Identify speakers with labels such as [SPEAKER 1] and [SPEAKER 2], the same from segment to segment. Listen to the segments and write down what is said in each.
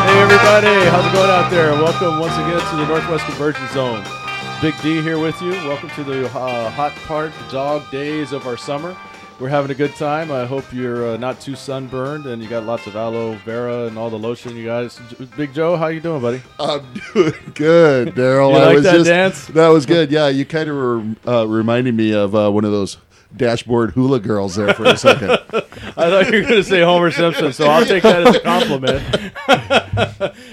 [SPEAKER 1] everybody. How's it going out there? Welcome once again to the Northwest Convergence Zone. Big D here with you. Welcome to the uh, hot part, the dog days of our summer. We're having a good time. I hope you're uh, not too sunburned and you got lots of aloe vera and all the lotion you guys. Big Joe, how you doing, buddy?
[SPEAKER 2] I'm doing good, Daryl.
[SPEAKER 1] You
[SPEAKER 2] I
[SPEAKER 1] like
[SPEAKER 2] was
[SPEAKER 1] that
[SPEAKER 2] just,
[SPEAKER 1] dance?
[SPEAKER 2] That was good. Yeah, you kind of were uh, reminding me of uh, one of those dashboard hula girls there for a second.
[SPEAKER 1] I thought you were going to say Homer Simpson, so I'll take that as a compliment.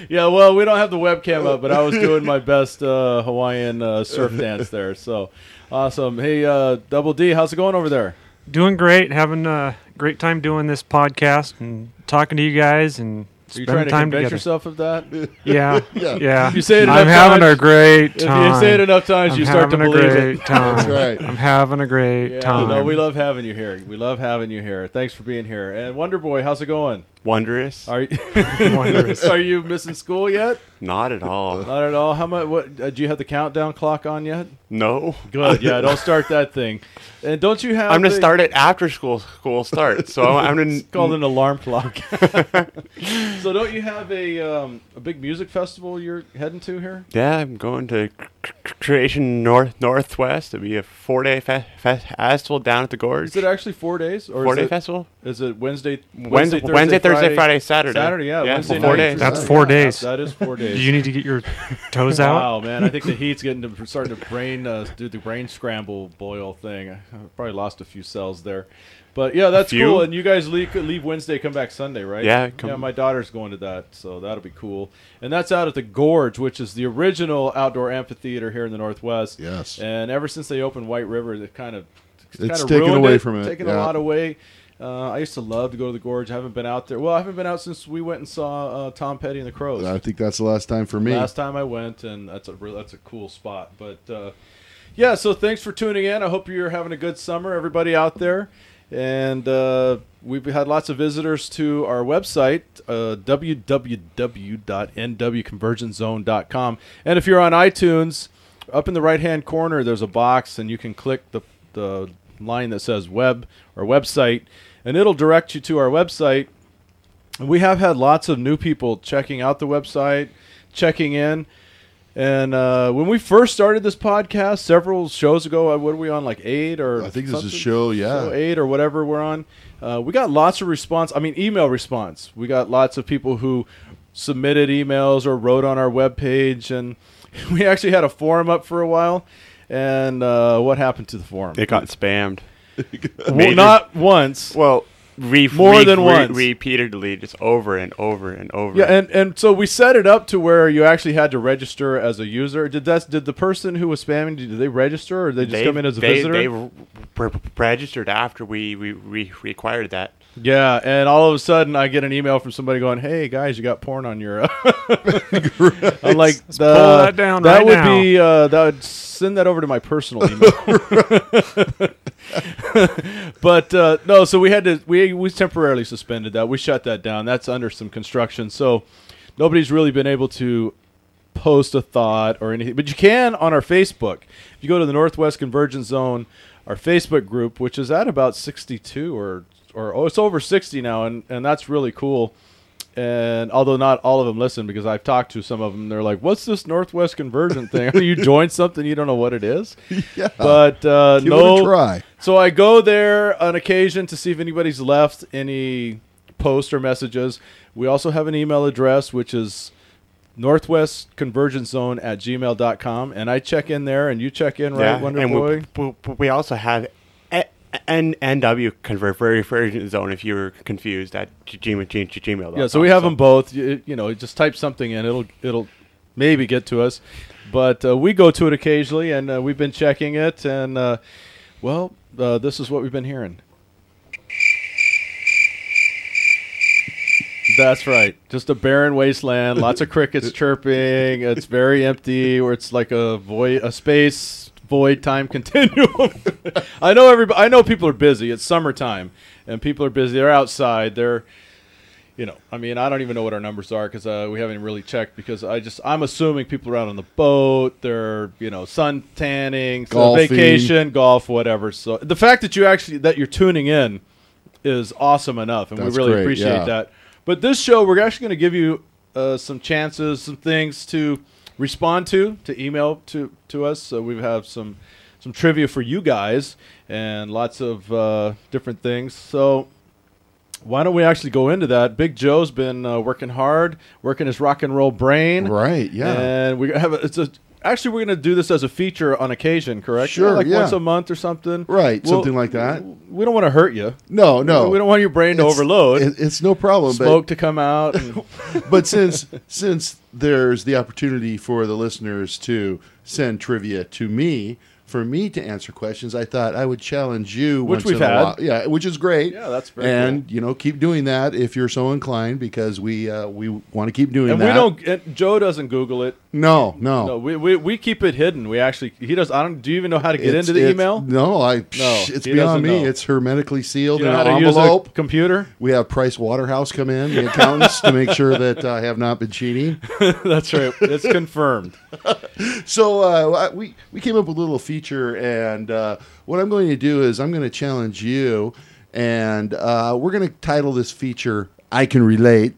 [SPEAKER 1] yeah, well, we don't have the webcam up, but I was doing my best uh, Hawaiian uh, surf dance there. So awesome. Hey, uh, Double D, how's it going over there?
[SPEAKER 3] Doing great, having a great time doing this podcast and talking to you guys and
[SPEAKER 1] Are you
[SPEAKER 3] spending
[SPEAKER 1] trying to
[SPEAKER 3] time
[SPEAKER 1] convince
[SPEAKER 3] together.
[SPEAKER 1] yourself of that? If
[SPEAKER 3] Yeah,
[SPEAKER 2] Yeah.
[SPEAKER 3] yeah,
[SPEAKER 1] You say it
[SPEAKER 3] I'm
[SPEAKER 1] enough
[SPEAKER 3] having
[SPEAKER 1] times-
[SPEAKER 3] a great time.
[SPEAKER 1] you say it enough times,
[SPEAKER 3] I'm
[SPEAKER 1] you start to
[SPEAKER 3] having a
[SPEAKER 1] believe
[SPEAKER 3] great
[SPEAKER 1] it.
[SPEAKER 3] Time.
[SPEAKER 2] That's right.
[SPEAKER 3] I'm having a great
[SPEAKER 1] Yeah,
[SPEAKER 3] time.
[SPEAKER 1] no, we love having you here. We love having you here. Thanks for being here. And Wonder Boy, how's it going?
[SPEAKER 4] Wondrous?
[SPEAKER 1] Are you
[SPEAKER 3] Wondrous.
[SPEAKER 1] are you missing school yet?
[SPEAKER 4] Not at all.
[SPEAKER 1] Not at all. How much? What uh, do you have the countdown clock on yet?
[SPEAKER 4] No.
[SPEAKER 1] Good. Yeah, don't start that thing. And don't you have?
[SPEAKER 4] I'm gonna
[SPEAKER 1] the-
[SPEAKER 4] start it after school. School starts, so I'm gonna.
[SPEAKER 1] It's called an alarm clock. so don't you have a um, a big music festival you're heading to here?
[SPEAKER 4] Yeah, I'm going to C- C- Creation North Northwest. It'll be a four day fe- fe- festival down at the gorge.
[SPEAKER 1] Is it actually four days or
[SPEAKER 4] four
[SPEAKER 1] is
[SPEAKER 4] day
[SPEAKER 1] it,
[SPEAKER 4] festival?
[SPEAKER 1] Is it Wednesday?
[SPEAKER 4] Wednesday, Wednesday, Thursday, Friday, Saturday.
[SPEAKER 1] Saturday, yeah,
[SPEAKER 4] yeah
[SPEAKER 1] Wednesday
[SPEAKER 4] four
[SPEAKER 1] night
[SPEAKER 4] days.
[SPEAKER 1] through
[SPEAKER 3] That's
[SPEAKER 1] Saturday.
[SPEAKER 3] four
[SPEAKER 1] Yeah,
[SPEAKER 3] days.
[SPEAKER 1] That is four days.
[SPEAKER 3] Do you need to get your toes out?
[SPEAKER 1] Wow, man! I think the heat's getting to, starting to brain uh, do the brain scramble boil thing. I probably lost a few cells there, but yeah, that's
[SPEAKER 4] few?
[SPEAKER 1] cool. And you guys leave leave Wednesday, come back Sunday, right?
[SPEAKER 4] Yeah, come-
[SPEAKER 1] yeah. My daughter's going to that, so that'll be cool. And that's out at the Gorge, which is the original outdoor amphitheater here in the Northwest.
[SPEAKER 2] Yes.
[SPEAKER 1] And ever since they opened White River, they've kind of
[SPEAKER 2] It's
[SPEAKER 1] kind of
[SPEAKER 2] taken
[SPEAKER 1] ruined
[SPEAKER 2] away
[SPEAKER 1] it,
[SPEAKER 2] from it,
[SPEAKER 1] Taken a
[SPEAKER 2] yeah.
[SPEAKER 1] lot away. Uh, I used to love to go to the gorge. I haven't been out there. Well, I haven't been out since we went and saw uh, Tom Petty and the Crows.
[SPEAKER 2] I think that's the last time for me.
[SPEAKER 1] Last time I went, and that's a real, that's a cool spot. But uh, yeah, so thanks for tuning in. I hope you're having a good summer, everybody out there. And uh, we've had lots of visitors to our website, uh, www.nwconvergenzone.com. And if you're on iTunes, up in the right hand corner, there's a box, and you can click the, the line that says web or website, and it'll direct you to our website. And we have had lots of new people checking out the website, checking in. And uh, when we first started this podcast several shows ago, uh, what are we on, like eight or
[SPEAKER 2] I think this is
[SPEAKER 1] something?
[SPEAKER 2] show, yeah.
[SPEAKER 1] Show eight or whatever we're on. Uh, we got lots of response. I mean, email response. We got lots of people who submitted emails or wrote on our webpage. And we actually had a forum up for a while. And uh, what happened to the forum?
[SPEAKER 4] It got spammed.
[SPEAKER 1] well, not once.
[SPEAKER 4] well. Re-
[SPEAKER 1] More
[SPEAKER 4] re-
[SPEAKER 1] than
[SPEAKER 4] re-
[SPEAKER 1] once.
[SPEAKER 4] repeatedly, just over and over and over.
[SPEAKER 1] Yeah, and, and so we set it up to where you actually had to register as a user. Did that? Did the person who was spamming? Did they register, or did they just
[SPEAKER 4] they,
[SPEAKER 1] come in as a
[SPEAKER 4] they,
[SPEAKER 1] visitor?
[SPEAKER 4] They re- re- registered after we, we re- required that.
[SPEAKER 1] yeah, and all of a sudden I get an email from somebody going, "Hey guys, you got porn on your." I'm like,
[SPEAKER 3] pull
[SPEAKER 1] uh,
[SPEAKER 3] that down
[SPEAKER 1] That
[SPEAKER 3] right
[SPEAKER 1] would
[SPEAKER 3] now."
[SPEAKER 1] be uh, that would send that over to my personal email. but uh, no, so we had to we we temporarily suspended that. We shut that down. That's under some construction, so nobody's really been able to post a thought or anything. But you can on our Facebook. If you go to the Northwest Convergence Zone, our Facebook group, which is at about sixty-two or or oh, it's over sixty now, and and that's really cool. And although not all of them listen, because I've talked to some of them, they're like, "What's this Northwest Convergent thing? you joined something you don't know what it is."
[SPEAKER 2] Yeah.
[SPEAKER 1] But uh,
[SPEAKER 2] Give it a
[SPEAKER 1] no,
[SPEAKER 2] try.
[SPEAKER 1] so I go there on occasion to see if anybody's left any posts or messages. We also have an email address, which is northwestconvergencezone at gmail.com. And I check in there, and you check in, right, Wonder
[SPEAKER 4] and
[SPEAKER 1] Boy?
[SPEAKER 4] We, we, we also have a- N NW convert version zone if you were confused at gmail g- g- gmail.
[SPEAKER 1] yeah, so we have them both. You, you know, just type something in, it'll, it'll maybe get to us. But uh, we go to it occasionally, and uh, we've been checking it. And, uh, well, uh, this is what we've been hearing. That's right. Just a barren wasteland, lots of crickets chirping. It's very empty, or it's like a void, a space void time continuum. I know everybody. I know people are busy. It's summertime, and people are busy. They're outside. They're, you know, I mean, I don't even know what our numbers are because uh, we haven't really checked. Because I just, I'm assuming people are out on the boat. They're, you know, sun tanning, so
[SPEAKER 2] Golfing.
[SPEAKER 1] vacation, golf, whatever. So the fact that you actually that you're tuning in is awesome enough, and
[SPEAKER 2] That's
[SPEAKER 1] we really
[SPEAKER 2] great,
[SPEAKER 1] appreciate
[SPEAKER 2] yeah.
[SPEAKER 1] that. But this show, we're actually going to give you uh, some chances, some things to respond to, to email to to us. So we have some some trivia for you guys and lots of uh, different things. So why don't we actually go into that? Big Joe's been uh, working hard, working his rock and roll brain.
[SPEAKER 2] Right, yeah.
[SPEAKER 1] And we're gonna have a, it's a actually we're gonna do this as a feature on occasion, correct?
[SPEAKER 2] Sure,
[SPEAKER 1] like
[SPEAKER 2] yeah.
[SPEAKER 1] once a month or something.
[SPEAKER 2] Right, something like that.
[SPEAKER 1] We don't want to hurt you.
[SPEAKER 2] No, no.
[SPEAKER 1] we don't want your brain to
[SPEAKER 2] It's-
[SPEAKER 1] overload.
[SPEAKER 2] it- it's no problem. but-
[SPEAKER 1] Smoke to come out. and-
[SPEAKER 2] but since since there's the opportunity for the listeners to send trivia to me for me to answer questions, I thought I would challenge you.
[SPEAKER 1] Which
[SPEAKER 2] once
[SPEAKER 1] we've
[SPEAKER 2] in a
[SPEAKER 1] had.
[SPEAKER 2] while. yeah, which is great.
[SPEAKER 1] Yeah, that's very
[SPEAKER 2] and you know keep doing that if you're so inclined because we uh, we want to keep doing
[SPEAKER 1] and
[SPEAKER 2] that. Oh.
[SPEAKER 1] we don't. And Joe doesn't Google it.
[SPEAKER 2] No, no.
[SPEAKER 1] No, we, we, we keep it hidden. We actually he does. I don't. Do you even know how to get
[SPEAKER 2] It's-
[SPEAKER 1] into the
[SPEAKER 2] it's-
[SPEAKER 1] email?
[SPEAKER 2] No, I.
[SPEAKER 1] he
[SPEAKER 2] it's
[SPEAKER 1] doesn't
[SPEAKER 2] beyond me.
[SPEAKER 1] know.
[SPEAKER 2] It's hermetically sealed
[SPEAKER 1] Do you know
[SPEAKER 2] in
[SPEAKER 1] how
[SPEAKER 2] an
[SPEAKER 1] to use
[SPEAKER 2] envelope.
[SPEAKER 1] a computer?
[SPEAKER 2] we have Price Waterhouse come in, the accountants, to make sure that uh, I have not been cheating.
[SPEAKER 1] That's right. It's confirmed.
[SPEAKER 2] So uh, we we came up with a little feature, and uh, what I'm going to do is I'm going to challenge you, and uh, we're going to title this feature "I Can Relate."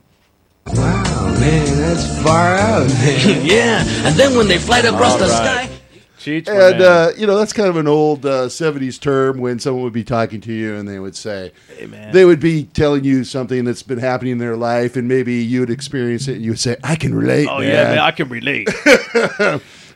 [SPEAKER 5] Wow, man, that's far out, man. yeah, and then when they fly across the
[SPEAKER 1] right.
[SPEAKER 5] sky.
[SPEAKER 1] Cheats. my
[SPEAKER 2] And
[SPEAKER 1] man.
[SPEAKER 2] uh, you know that's kind of an old uh, '70s term when someone would be talking to you and they would say, they would be telling you something that's been happening in their life, and maybe you'd experience it, and you would say, "I can relate."
[SPEAKER 1] oh yeah,
[SPEAKER 2] man."
[SPEAKER 1] man, I can relate.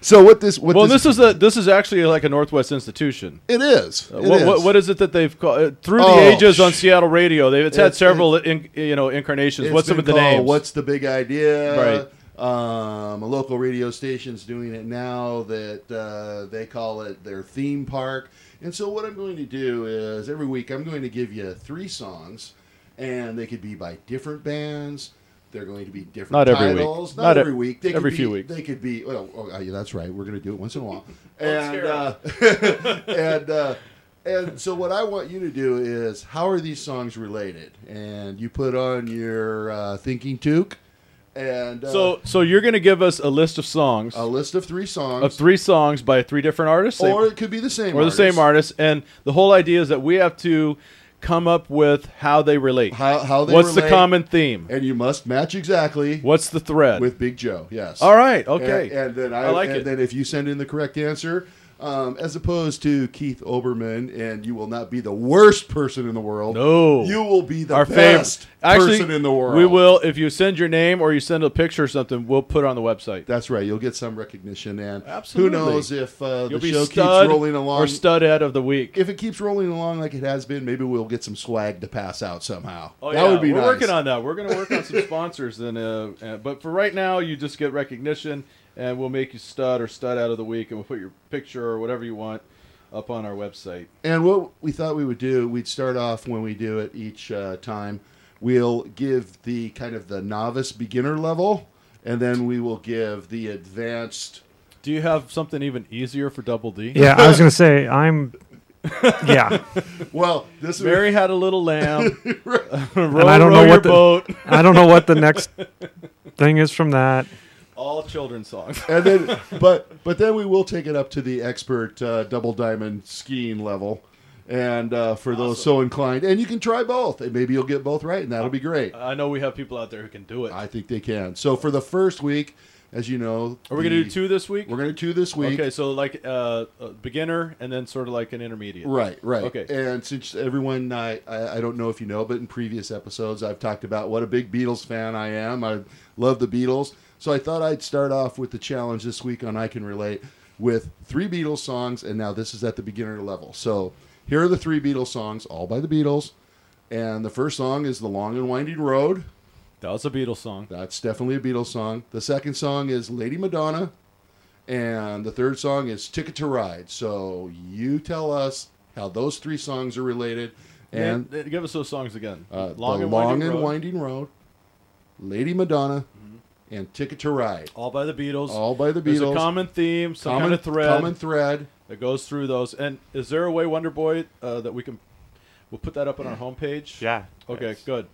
[SPEAKER 2] so what this? What
[SPEAKER 1] well,
[SPEAKER 2] this,
[SPEAKER 1] this is a this is actually like a Northwest institution.
[SPEAKER 2] it is.
[SPEAKER 1] Uh,
[SPEAKER 2] It
[SPEAKER 1] what,
[SPEAKER 2] is.
[SPEAKER 1] what, what is it that they've called uh, through
[SPEAKER 2] Oh,
[SPEAKER 1] the ages on
[SPEAKER 2] sh-
[SPEAKER 1] Seattle radio? They've it's had
[SPEAKER 2] It's-
[SPEAKER 1] several in, you know incarnations.
[SPEAKER 2] It's
[SPEAKER 1] What's some
[SPEAKER 2] been
[SPEAKER 1] of the
[SPEAKER 2] called
[SPEAKER 1] names?
[SPEAKER 2] What's the big idea?
[SPEAKER 1] Right.
[SPEAKER 2] Um, a local radio station's doing it now that uh, they call it their theme park. And so, what I'm going to do is every week I'm going to give you three songs, and they could be by different bands. They're going to be different
[SPEAKER 1] Not every week.
[SPEAKER 2] titles. Not,
[SPEAKER 1] Not e-
[SPEAKER 2] every week. They could
[SPEAKER 1] every
[SPEAKER 2] be-
[SPEAKER 1] few weeks.
[SPEAKER 2] They could be. Well, oh, yeah, that's right. We're going to do it once in a while.
[SPEAKER 1] scare
[SPEAKER 2] and uh, and uh, and so what I want you to do is how are these songs related? And you put on your uh, thinking toque and uh,
[SPEAKER 1] so so you're going to give us a list of songs
[SPEAKER 2] a list of three songs,
[SPEAKER 1] of three songs by three different artists, same-
[SPEAKER 2] or it could be the same,
[SPEAKER 1] or the same artist, and the whole idea is that we have to come up with how they relate.
[SPEAKER 2] How how they
[SPEAKER 1] What's the
[SPEAKER 2] relate,
[SPEAKER 1] common theme?
[SPEAKER 2] and you must match exactly
[SPEAKER 1] What's the thread?
[SPEAKER 2] with Big Joe. Yes.
[SPEAKER 1] All right, okay.
[SPEAKER 2] And, and then I,
[SPEAKER 1] I like
[SPEAKER 2] and
[SPEAKER 1] it.
[SPEAKER 2] then if you send in the correct answer. Um, as opposed to Keith Oberman, and you will not be the worst person in the world.
[SPEAKER 1] No.
[SPEAKER 2] you will be the
[SPEAKER 1] our favorite
[SPEAKER 2] best
[SPEAKER 1] Actually,
[SPEAKER 2] person in the world.
[SPEAKER 1] We will if you send your name or you send a picture or something. We'll put it on the website.
[SPEAKER 2] That's right. You'll get some recognition, and
[SPEAKER 1] Absolutely.
[SPEAKER 2] who knows if uh, the
[SPEAKER 1] You'll be
[SPEAKER 2] show keeps
[SPEAKER 1] stud
[SPEAKER 2] rolling
[SPEAKER 1] or
[SPEAKER 2] along.
[SPEAKER 1] studhead of the week.
[SPEAKER 2] if it keeps rolling along like it has been, maybe we'll get some swag to pass out somehow.
[SPEAKER 1] Oh,
[SPEAKER 2] that
[SPEAKER 1] yeah.
[SPEAKER 2] would be
[SPEAKER 1] We're
[SPEAKER 2] nice.
[SPEAKER 1] working on that. We're going to work on some sponsors, and uh, uh, but for right now, you just get recognition, and we'll make you stud or stud out of the week, and we'll put your picture or whatever you want up on our website.
[SPEAKER 2] And what we thought we would do, we'd start off when we do it each uh, time. We'll give the kind of the novice beginner level, and then we will give the advanced.
[SPEAKER 1] Do you have something even easier for Double D?
[SPEAKER 3] Yeah, I was gonna say I'm. Yeah,
[SPEAKER 2] Well, this is
[SPEAKER 1] Mary had a little lamb. row,
[SPEAKER 3] And I
[SPEAKER 1] row
[SPEAKER 3] don't know
[SPEAKER 1] your
[SPEAKER 3] what the-
[SPEAKER 1] boat.
[SPEAKER 3] I don't know what the next thing is from that.
[SPEAKER 1] All children's songs.
[SPEAKER 2] and then but but then we will take it up to the expert uh, double diamond skiing level and uh, for those so inclined and you can try both and maybe you'll get both right and that'll be great
[SPEAKER 1] I know we have people out there who can do it.
[SPEAKER 2] i think they can so for the first week as you know
[SPEAKER 1] Are we going to do two this week?
[SPEAKER 2] we're gonna do two this week
[SPEAKER 1] Okay, so like uh, a beginner and then sort of like an intermediate.
[SPEAKER 2] Right, right.
[SPEAKER 1] Okay.
[SPEAKER 2] And since everyone, I, I, I don't know if you know, but in previous episodes, I've talked about what a big Beatles fan I am. I love the Beatles. So I thought I'd start off with the challenge this week on I Can Relate with three Beatles songs. And now this is at the beginner level. So here are the three Beatles songs, all by the Beatles. And the first song is The Long and Winding Road.
[SPEAKER 1] That was a Beatles song.
[SPEAKER 2] That's definitely a Beatles song. The second song is Lady Madonna. And the third song is Ticket to Ride. So you tell us how those three songs are related.
[SPEAKER 1] And
[SPEAKER 2] And
[SPEAKER 1] give us those songs again.
[SPEAKER 2] uh, The Long and Winding Road, Lady Madonna,
[SPEAKER 1] Mm-hmm.
[SPEAKER 2] and Ticket to Ride.
[SPEAKER 1] All by the Beatles.
[SPEAKER 2] All by the
[SPEAKER 1] There's a
[SPEAKER 2] Beatles.
[SPEAKER 1] common theme, some kind of thread
[SPEAKER 2] Common thread.
[SPEAKER 1] that goes through those. And is there a way, Wonder Boy, uh, that we can? We'll put that up on our homepage.
[SPEAKER 4] Yeah.
[SPEAKER 1] Okay.
[SPEAKER 4] Yes.
[SPEAKER 1] Good.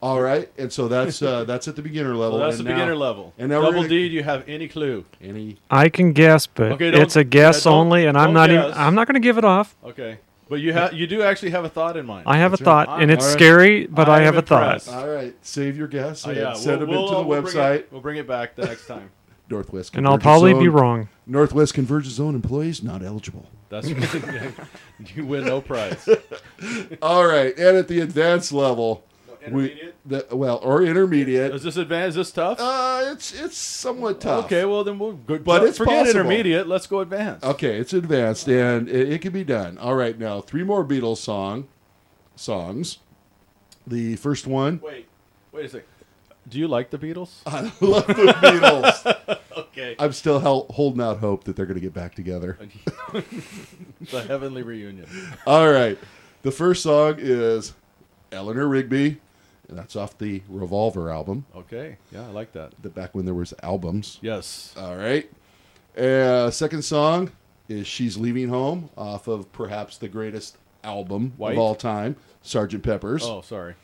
[SPEAKER 2] All right. And so that's uh, that's at the beginner
[SPEAKER 1] So
[SPEAKER 2] level.
[SPEAKER 1] that's the
[SPEAKER 2] And now-
[SPEAKER 1] beginner level.
[SPEAKER 2] and now we're
[SPEAKER 1] Double
[SPEAKER 2] gonna-
[SPEAKER 1] D. Do you have any clue?
[SPEAKER 2] Any
[SPEAKER 3] I can guess, but
[SPEAKER 1] Okay, don't-
[SPEAKER 3] it's a
[SPEAKER 1] yeah,
[SPEAKER 3] guess
[SPEAKER 1] don't-
[SPEAKER 3] only, and I'm
[SPEAKER 1] don't
[SPEAKER 3] not even.
[SPEAKER 1] guess.
[SPEAKER 3] I'm not gonna give it off.
[SPEAKER 1] Okay. But you have you do actually have a thought in mind.
[SPEAKER 3] I have
[SPEAKER 2] That's
[SPEAKER 3] a
[SPEAKER 2] right.
[SPEAKER 3] thought, and it's
[SPEAKER 2] All right.
[SPEAKER 3] scary, but I
[SPEAKER 1] I'm
[SPEAKER 3] have a thought.
[SPEAKER 1] impressed.
[SPEAKER 2] All right, save your guess.
[SPEAKER 1] Oh,
[SPEAKER 2] and
[SPEAKER 1] yeah, we'll-
[SPEAKER 2] send them
[SPEAKER 1] we'll-
[SPEAKER 2] into the
[SPEAKER 1] we'll
[SPEAKER 2] website.
[SPEAKER 1] Bring it, we'll bring it back the next time.
[SPEAKER 2] Northwest.
[SPEAKER 3] And I'll
[SPEAKER 2] Convergence
[SPEAKER 3] probably be
[SPEAKER 2] Zone.
[SPEAKER 3] wrong.
[SPEAKER 2] Northwest Convergence Zone employees not eligible.
[SPEAKER 1] That's you win no prize.
[SPEAKER 2] All right, and at the advanced level,
[SPEAKER 1] intermediate?
[SPEAKER 2] we the, well or intermediate.
[SPEAKER 1] Is this advanced? Is this tough?
[SPEAKER 2] Uh, it's it's somewhat tough.
[SPEAKER 1] okay, well then we'll good.
[SPEAKER 2] But it's
[SPEAKER 1] forget
[SPEAKER 2] possible.
[SPEAKER 1] intermediate. Let's go advanced.
[SPEAKER 2] Okay, it's advanced and it, it can be done. All right, now three more Beatles song songs. The first one,
[SPEAKER 1] Wait, wait a second. Do you like the Beatles?
[SPEAKER 2] I love the Beatles.
[SPEAKER 1] Okay,
[SPEAKER 2] I'm still hel- holding out hope that they're going to get back together.
[SPEAKER 1] the Heavenly Reunion.
[SPEAKER 2] All right, the first song is Eleanor Rigby, and that's off the Revolver album.
[SPEAKER 1] Okay, yeah, I like that.
[SPEAKER 2] The back when there was albums.
[SPEAKER 1] Yes.
[SPEAKER 2] All right. Uh, second song is "She's Leaving Home" off of perhaps the greatest album
[SPEAKER 1] White?
[SPEAKER 2] of all time, Sgt. Pepper's.
[SPEAKER 1] Oh, sorry.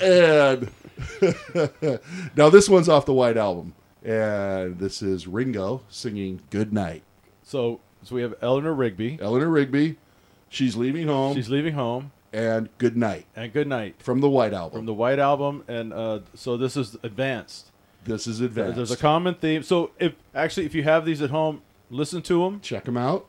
[SPEAKER 2] And now this one's off the White album, and this is Ringo singing "Good Night."
[SPEAKER 1] So, so we have Eleanor Rigby.
[SPEAKER 2] Eleanor Rigby, "She's Leaving Home"
[SPEAKER 1] She's leaving home,
[SPEAKER 2] and "Good Night"
[SPEAKER 1] and good night
[SPEAKER 2] from the White album.
[SPEAKER 1] from the White Album. And uh, so this is advanced.
[SPEAKER 2] this is
[SPEAKER 1] There-
[SPEAKER 2] advanced.
[SPEAKER 1] There's a common theme. So, if actually, if you have these at home, listen to them.
[SPEAKER 2] Check them out.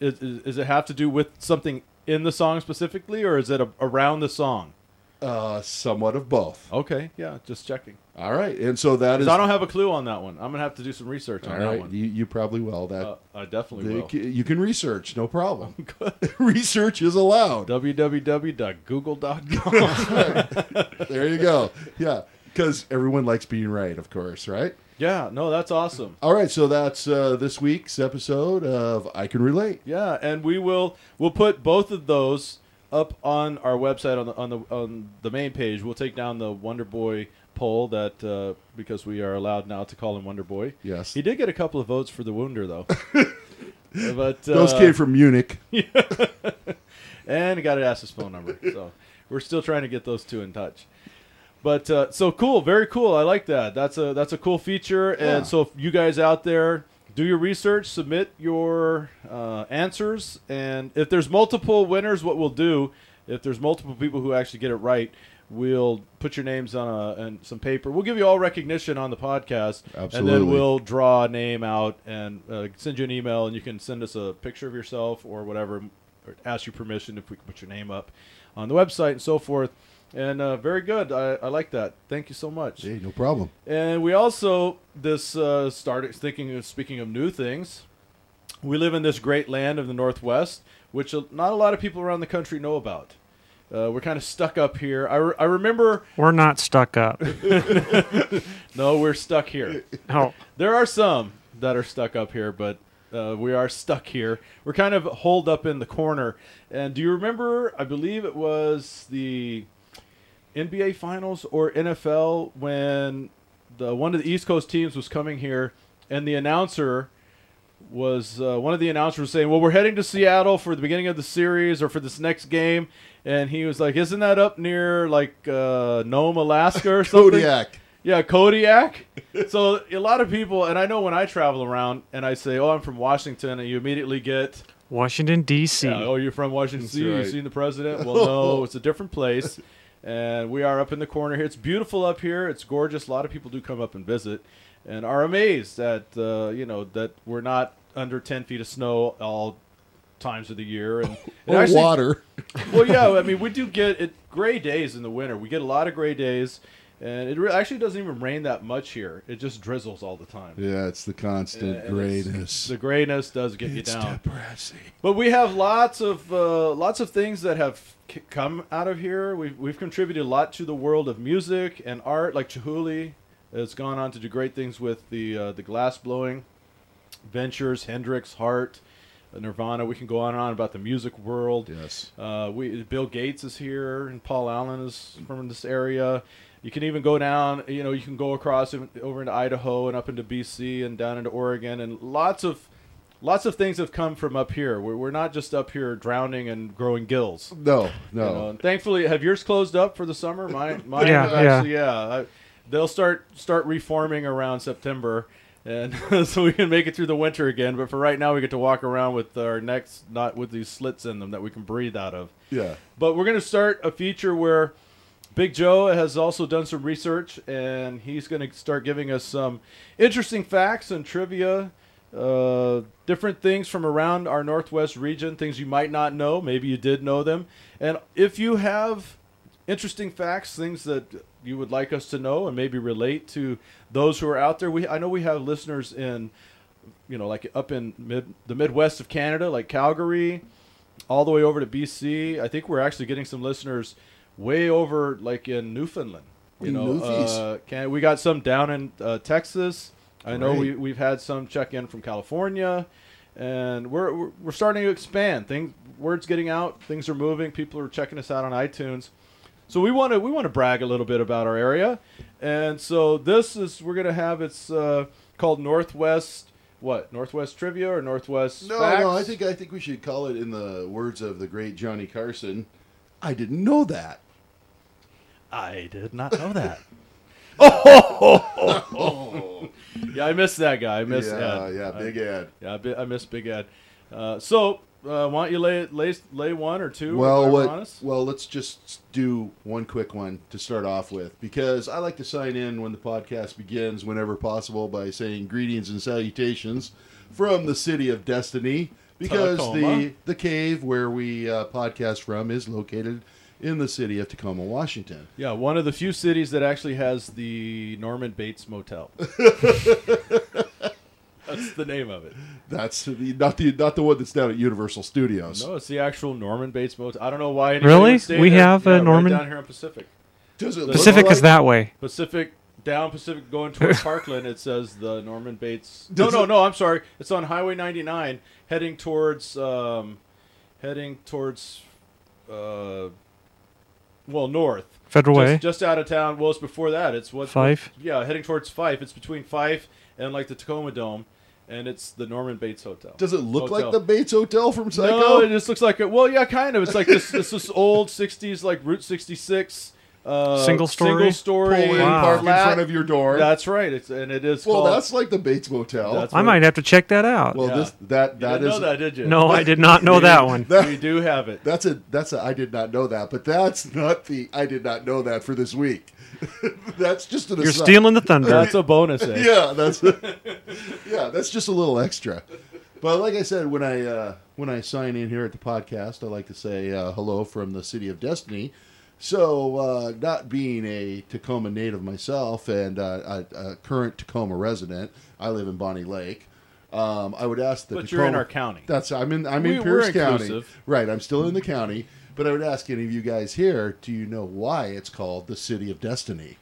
[SPEAKER 1] Is, is, is it have to do with something in the song specifically, or is it a, around the song?
[SPEAKER 2] Uh, somewhat of both.
[SPEAKER 1] Okay, yeah, just checking.
[SPEAKER 2] All right, and so that
[SPEAKER 1] 'Cause
[SPEAKER 2] is.
[SPEAKER 1] I don't have a clue Oh. on that one. I'm gonna have to do some research
[SPEAKER 2] all
[SPEAKER 1] on
[SPEAKER 2] right,
[SPEAKER 1] that one.
[SPEAKER 2] you, you probably will. That
[SPEAKER 1] Uh, I definitely
[SPEAKER 2] They
[SPEAKER 1] will.
[SPEAKER 2] ca- You can research, no problem. research is allowed.
[SPEAKER 1] www.google.com.
[SPEAKER 2] There you go. Yeah, because everyone likes being right, of course, right?
[SPEAKER 1] yeah, no, that's awesome.
[SPEAKER 2] All right, so that's uh, this week's episode of I Can Relate.
[SPEAKER 1] Yeah, and we will we'll put both of those up on our website on the on the on the main page. We'll take down the Wonder Boy poll that uh, because we are allowed now to call him Wonder Boy.
[SPEAKER 2] Yes.
[SPEAKER 1] he did get a couple of votes for the Wounder though. but uh,
[SPEAKER 2] Those came from Munich.
[SPEAKER 1] and he got to ask his phone number. So we're still trying to get those two in touch. But uh, so cool, very cool. I like that. That's a that's a cool feature.
[SPEAKER 2] Yeah.
[SPEAKER 1] And so if you guys out there do your research, submit your uh, answers, and if there's multiple winners, what we'll do if there's multiple people who actually get it right. We'll put your names on a, and some paper. We'll give you all recognition on the podcast, and
[SPEAKER 2] Absolutely.
[SPEAKER 1] then we'll draw a name out and uh, send you an email, and you can send us a picture of yourself or whatever, or ask you permission if we can put your name up on the website and so forth. And uh, very good. I, I like that. Thank you so much.
[SPEAKER 2] Hey, no problem.
[SPEAKER 1] And we also this uh, started thinking of speaking of new things. We live in this great land of the Northwest, which a- not a lot of people around the country know about. Uh, we're kind of stuck up here. I, re- I remember,
[SPEAKER 3] We're not stuck up.
[SPEAKER 1] no, we're stuck here.
[SPEAKER 3] Oh,
[SPEAKER 1] There are some that are stuck up here, but uh, we are stuck here. We're kind of holed up in the corner. And do you remember? I believe it was the NBA Finals or NFL when the one of the East Coast teams was coming here, and the announcer was uh, one of the announcers was saying, "Well, we're heading to Seattle for the beginning of the series or for this next game," and he was like, "Isn't that up near like uh, Nome, Alaska or something?"
[SPEAKER 2] Kodiak.
[SPEAKER 1] Yeah, Kodiak. so a lot of people, and I know when I travel around and I say, "Oh, I'm from Washington," and you immediately get,
[SPEAKER 3] Washington D.C.
[SPEAKER 1] yeah, "Oh, you're from Washington?
[SPEAKER 2] That's
[SPEAKER 1] D.C.
[SPEAKER 2] right.
[SPEAKER 1] You seen the president?" Well, no, it's a different place, and we are up in the corner here. It's beautiful up here. It's gorgeous. A lot of people do come up and visit, and are amazed that uh, you know that we're not under ten feet of snow all times of the year, and, and
[SPEAKER 2] Or
[SPEAKER 1] actually-
[SPEAKER 2] water.
[SPEAKER 1] well, yeah. I mean, we do get it gray days in the winter. We get a lot of gray days, and it re- actually doesn't even rain that much here. It just drizzles all the time.
[SPEAKER 2] Yeah, it's the
[SPEAKER 1] And
[SPEAKER 2] constant
[SPEAKER 1] it's-
[SPEAKER 2] grayness.
[SPEAKER 1] The grayness does get you
[SPEAKER 2] it's
[SPEAKER 1] down.
[SPEAKER 2] depressing.
[SPEAKER 1] But we have lots of uh, lots of things that have c- come out of here. We've we've contributed a lot to the world of music and art, like Chihuly has gone on to do great things with the uh, the glass blowing ventures, Hendrix, Hart, uh, Nirvana. We can go on and on about the music world.
[SPEAKER 2] Yes.
[SPEAKER 1] Uh, we Bill Gates is here, and Paul Allen is from this area. You can even go down, you know, you can go across in- over into Idaho and up into BC and down into Oregon, and lots of lots of things have come from up here. We're, we're not just up here drowning and growing gills.
[SPEAKER 2] No,
[SPEAKER 1] you
[SPEAKER 2] no.
[SPEAKER 1] know. And thankfully, have yours closed up for the summer? Mine, mine
[SPEAKER 3] Yeah,
[SPEAKER 1] actually, yeah. I, they'll start start reforming around September. and so we can make it through the winter again. But for right now, we get to walk around with our necks not with these slits in them that we can breathe out of.
[SPEAKER 2] Yeah.
[SPEAKER 1] But we're going to start a feature where Big Joe has also done some research, and he's going to start giving us some interesting facts and trivia, uh, different things from around our Northwest region, things you might not know. Maybe you did know them. And if you have interesting facts, things that you would like us to know, and maybe relate to those who are out there, we I know we have listeners in, you know, like up in mid, the Midwest of Canada, like Calgary all the way over to BC. I think we're actually getting some listeners way over, like in Newfoundland. You
[SPEAKER 2] In
[SPEAKER 1] know,
[SPEAKER 2] Newfies.
[SPEAKER 1] uh, can, we got some down in uh, Texas. I know
[SPEAKER 2] Great.
[SPEAKER 1] we, we've had some check in from California, and we're, we're we're starting to expand. Things words getting out, things are moving. People are checking us out on iTunes. So we want to we want to brag a little bit about our area, and so this is we're gonna have it's uh, called Northwest what Northwest Trivia or Northwest
[SPEAKER 2] No,
[SPEAKER 1] Facts?
[SPEAKER 2] no, I think I think we should call it in the words of the great Johnny Carson. I didn't know that.
[SPEAKER 1] I did not know that. oh, yeah, I missed that guy. I missed
[SPEAKER 2] yeah,
[SPEAKER 1] Ed.
[SPEAKER 2] yeah, big ad.
[SPEAKER 1] Yeah, I, bi- I missed Big Ed. Uh, so, uh, why don't you lay lay lay one or two? or
[SPEAKER 2] Well,
[SPEAKER 1] whatever
[SPEAKER 2] what?
[SPEAKER 1] on us?
[SPEAKER 2] Well, let's just do one quick one to start off with because I like to sign in when the podcast begins, whenever possible, by saying greetings and salutations from the city of Destiny, because
[SPEAKER 1] Tacoma.
[SPEAKER 2] the the cave where we uh, podcast from is located in the city of Tacoma, Washington.
[SPEAKER 1] Yeah, one of the few cities that actually has the Norman Bates Motel. That's the name of it.
[SPEAKER 2] That's the, not the not the one that's down at Universal Studios.
[SPEAKER 1] No, it's the actual Norman Bates Motel. I don't know why. anybody
[SPEAKER 3] Really?
[SPEAKER 1] would stay
[SPEAKER 3] We
[SPEAKER 1] there.
[SPEAKER 3] have a
[SPEAKER 1] Yeah, right
[SPEAKER 3] Norman-
[SPEAKER 1] down here in Pacific.
[SPEAKER 2] Does it look
[SPEAKER 3] Pacific
[SPEAKER 2] like-
[SPEAKER 3] is that way.
[SPEAKER 1] Pacific down Pacific going towards Parkland. It says the Norman Bates. No,
[SPEAKER 2] Does
[SPEAKER 1] no,
[SPEAKER 2] it-
[SPEAKER 1] no. I'm sorry. It's on Highway 99, heading towards, um, heading towards, uh, well, north.
[SPEAKER 3] Federal Way.
[SPEAKER 1] Just, just out of town. Well, it's before that. It's what
[SPEAKER 3] Fife?
[SPEAKER 1] Yeah, heading towards Fife. It's between Fife and like the Tacoma Dome, and it's the Norman Bates Hotel.
[SPEAKER 2] Does it look
[SPEAKER 1] Hotel.
[SPEAKER 2] like the Bates Hotel from Psycho?
[SPEAKER 1] No, it just looks like it. Well, yeah, kind of. It's like this. this is old '60s, like Route 66. Uh,
[SPEAKER 3] Single story?
[SPEAKER 1] single story,
[SPEAKER 2] Pull in,
[SPEAKER 3] Wow.
[SPEAKER 2] park in
[SPEAKER 1] flat-
[SPEAKER 2] front of your door.
[SPEAKER 1] that's right. It's and it is.
[SPEAKER 2] well,
[SPEAKER 1] called,
[SPEAKER 2] that's like the Bates Motel.
[SPEAKER 1] That's-
[SPEAKER 3] I might have to check that out.
[SPEAKER 2] well,
[SPEAKER 1] yeah.
[SPEAKER 2] this that
[SPEAKER 1] You
[SPEAKER 2] that
[SPEAKER 1] didn't
[SPEAKER 2] is
[SPEAKER 1] know that, did you?
[SPEAKER 3] no, I did not know that one.
[SPEAKER 1] we do have it.
[SPEAKER 2] that's a that's a I did not know that, but that's not the I did not know that for this week. that's just an
[SPEAKER 3] You're
[SPEAKER 2] aside.
[SPEAKER 3] stealing the thunder.
[SPEAKER 1] That's a bonus. Eh?
[SPEAKER 2] Yeah, that's yeah, that's just a little extra. But like I said, when I uh, when I sign in here at the podcast, I like to say uh, hello from the city of Destiny. So, uh, not being a Tacoma native myself and uh, a, a current Tacoma resident, I live in Bonnie Lake. Um, I would ask the
[SPEAKER 1] But
[SPEAKER 2] Tacoma,
[SPEAKER 1] you're in our county.
[SPEAKER 2] That's I'm in I'm
[SPEAKER 1] We-
[SPEAKER 2] in
[SPEAKER 1] we're
[SPEAKER 2] Pierce County,
[SPEAKER 1] inclusive.
[SPEAKER 2] right? I'm still in the county. But I would ask any of you guys here, do you know why it's called the City of Destiny?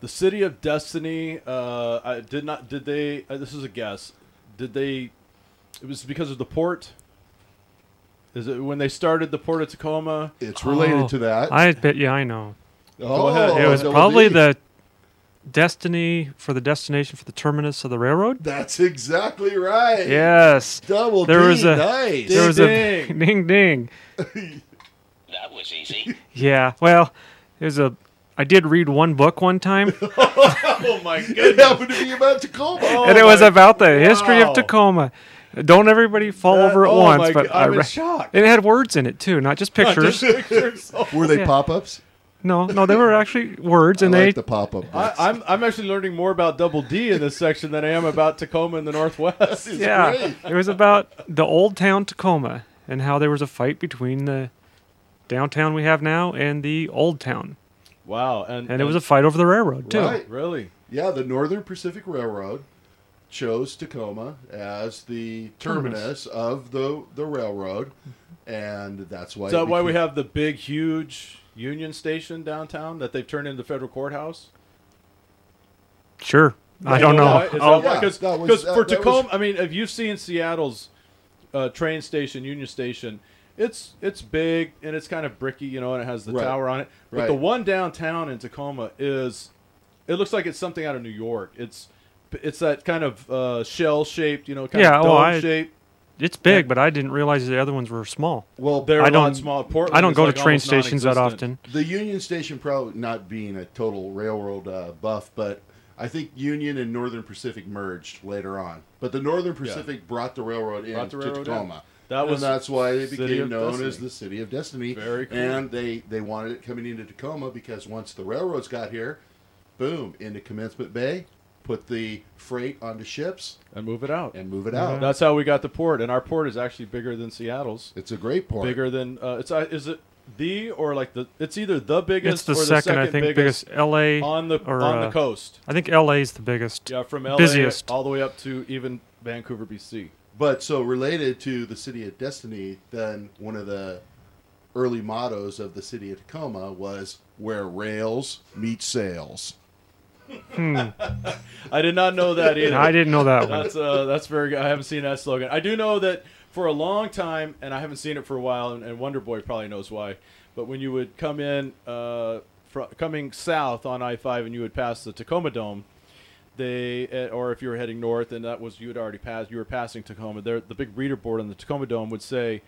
[SPEAKER 1] The city of destiny. Uh, I did not. Did they? Uh, this is a guess. Did they? It was because of the port. Is it when they started the port of Tacoma?
[SPEAKER 2] It's related
[SPEAKER 3] Oh,
[SPEAKER 2] to that.
[SPEAKER 3] I bet you I know.
[SPEAKER 2] Oh,
[SPEAKER 1] ahead.
[SPEAKER 3] It was
[SPEAKER 2] double
[SPEAKER 3] probably
[SPEAKER 2] D.
[SPEAKER 3] the destiny for the destination for the terminus of the railroad.
[SPEAKER 2] That's exactly right.
[SPEAKER 3] Yes.
[SPEAKER 2] Double
[SPEAKER 3] There
[SPEAKER 2] D.
[SPEAKER 3] was a-
[SPEAKER 2] nice.
[SPEAKER 3] There was a
[SPEAKER 1] Ding,
[SPEAKER 3] ding ding.
[SPEAKER 5] That was easy.
[SPEAKER 3] Yeah. Well, there's a. I did read one book one time,
[SPEAKER 1] Oh my
[SPEAKER 2] it
[SPEAKER 1] goodness!
[SPEAKER 2] happened to be about Tacoma.
[SPEAKER 3] and it was
[SPEAKER 1] Oh my-
[SPEAKER 3] about the history
[SPEAKER 1] wow.
[SPEAKER 3] of Tacoma. Don't everybody fall
[SPEAKER 1] That-
[SPEAKER 3] over at
[SPEAKER 1] oh my
[SPEAKER 3] once, but
[SPEAKER 1] go-
[SPEAKER 3] I
[SPEAKER 1] I'm in
[SPEAKER 3] re-
[SPEAKER 1] shock.
[SPEAKER 3] It had words in it too, not just pictures.
[SPEAKER 2] Were they
[SPEAKER 3] Yeah.
[SPEAKER 2] pop-ups?
[SPEAKER 3] no, no, they were actually words, and
[SPEAKER 2] I
[SPEAKER 3] they
[SPEAKER 2] like the pop-up.
[SPEAKER 1] I, I'm I'm actually learning more about Double D in this section than I am about Tacoma in the Northwest.
[SPEAKER 3] yeah,
[SPEAKER 2] great.
[SPEAKER 3] it was about the old town Tacoma and how there was a fight between the downtown we have now and the old town,
[SPEAKER 1] Wow, and
[SPEAKER 3] and it was a fight over the railroad too.
[SPEAKER 2] Right.
[SPEAKER 1] really
[SPEAKER 2] yeah, the Northern Pacific Railroad chose Tacoma as the terminus of the the railroad, and that's why.
[SPEAKER 1] Is that
[SPEAKER 2] it
[SPEAKER 1] why we
[SPEAKER 2] became-
[SPEAKER 1] have the big, huge Union Station downtown that they've turned into federal courthouse?
[SPEAKER 3] Sure, I don't know. I'll-
[SPEAKER 2] Oh, Yeah,
[SPEAKER 1] Because
[SPEAKER 2] that was- that-
[SPEAKER 1] for
[SPEAKER 2] that was-
[SPEAKER 1] Tacoma, I mean, if you've seen Seattle's uh, train station, Union Station, it's it's big and it's kind of bricky, you know, and it has the
[SPEAKER 2] Right.
[SPEAKER 1] tower on it. But
[SPEAKER 2] Right.
[SPEAKER 1] the one downtown in Tacoma is, it looks like it's something out of New York. It's it's that kind of uh, shell shaped, you know, kind
[SPEAKER 3] Yeah,
[SPEAKER 1] of
[SPEAKER 3] oh,
[SPEAKER 1] dome
[SPEAKER 3] I-
[SPEAKER 1] shape.
[SPEAKER 3] It's big, but I didn't realize the other ones were small.
[SPEAKER 2] well,
[SPEAKER 1] They're
[SPEAKER 3] I
[SPEAKER 1] not
[SPEAKER 3] don't-
[SPEAKER 1] small. Portland
[SPEAKER 3] I don't
[SPEAKER 1] is
[SPEAKER 3] go
[SPEAKER 1] like
[SPEAKER 3] to train
[SPEAKER 1] almost
[SPEAKER 3] stations that
[SPEAKER 1] non-existent.
[SPEAKER 3] often.
[SPEAKER 2] The Union Station, probably not being a total railroad uh, buff, but I think Union and Northern Pacific merged later on, but the Northern Pacific brought the railroad in
[SPEAKER 1] Brought the
[SPEAKER 2] to
[SPEAKER 1] railroad in.
[SPEAKER 2] Tacoma.
[SPEAKER 1] That was
[SPEAKER 2] and that's why it
[SPEAKER 1] City
[SPEAKER 2] became
[SPEAKER 1] of
[SPEAKER 2] known
[SPEAKER 1] Destiny.
[SPEAKER 2] as the City of Destiny.
[SPEAKER 1] Very cool.
[SPEAKER 2] And they they wanted it coming into Tacoma because once the railroads got here, boom, into Commencement Bay, put the freight onto ships
[SPEAKER 1] and move it out.
[SPEAKER 2] and move it out.
[SPEAKER 1] That's how we got the port, and our port is actually bigger than Seattle's.
[SPEAKER 2] It's a great port.
[SPEAKER 1] Bigger than uh, it's uh, is it the or like the it's either the biggest
[SPEAKER 3] It's the
[SPEAKER 1] or
[SPEAKER 3] second,
[SPEAKER 1] the second
[SPEAKER 3] I think,
[SPEAKER 1] biggest,
[SPEAKER 3] biggest, LA
[SPEAKER 1] on the
[SPEAKER 3] or,
[SPEAKER 1] on the
[SPEAKER 3] uh,
[SPEAKER 1] coast.
[SPEAKER 3] I think LA's the biggest.
[SPEAKER 1] Yeah, from LA
[SPEAKER 3] busiest.
[SPEAKER 1] all the way up to even Vancouver, BC.
[SPEAKER 2] But so related to the city of Destiny, then one of the early mottos of the city of Tacoma was "Where rails meet sails."
[SPEAKER 1] I did not know that either.
[SPEAKER 3] And I didn't know that one.
[SPEAKER 1] That's uh, that's very good. I haven't seen that slogan. I do know that for a long time, and I haven't seen it for a while, and, and Wonder Boy probably knows why. But when you would come in, uh, fr- coming south on I five, and you would pass the Tacoma Dome, they eh, or if you were heading north, and that was you had already passed, you were passing Tacoma. There, the big reader board on the Tacoma Dome would say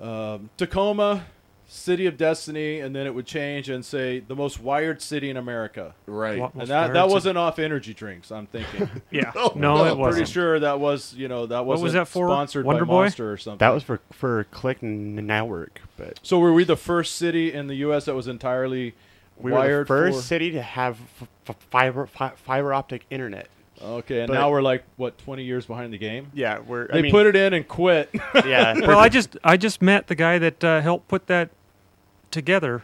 [SPEAKER 1] um, Tacoma. City of Destiny, and then it would change and say the most wired city in America,
[SPEAKER 2] Right.
[SPEAKER 3] What-
[SPEAKER 1] and
[SPEAKER 3] Most
[SPEAKER 1] that, that
[SPEAKER 3] wired
[SPEAKER 1] wasn't off energy drinks. I'm thinking
[SPEAKER 3] Yeah.
[SPEAKER 2] No,
[SPEAKER 3] No,
[SPEAKER 2] no,
[SPEAKER 3] it
[SPEAKER 2] pretty
[SPEAKER 1] pretty
[SPEAKER 3] wasn't.
[SPEAKER 1] sure that was you know that
[SPEAKER 3] was
[SPEAKER 1] wasn't
[SPEAKER 3] that for?
[SPEAKER 1] sponsored by
[SPEAKER 3] Wonder Boy?
[SPEAKER 1] Monster or something.
[SPEAKER 4] That was for for Click N- Network, but
[SPEAKER 1] so were we the first city in the U.S. that was entirely
[SPEAKER 4] we were the
[SPEAKER 1] wired
[SPEAKER 4] first
[SPEAKER 1] for-
[SPEAKER 4] city to have f- f- fiber fi- fiber optic internet.
[SPEAKER 1] Okay, and
[SPEAKER 4] but-
[SPEAKER 1] now we're like what 20 years behind the game.
[SPEAKER 4] Yeah, we're
[SPEAKER 1] They put it in and quit.
[SPEAKER 4] Yeah,
[SPEAKER 3] Well, I just I just met the guy that uh, helped put that together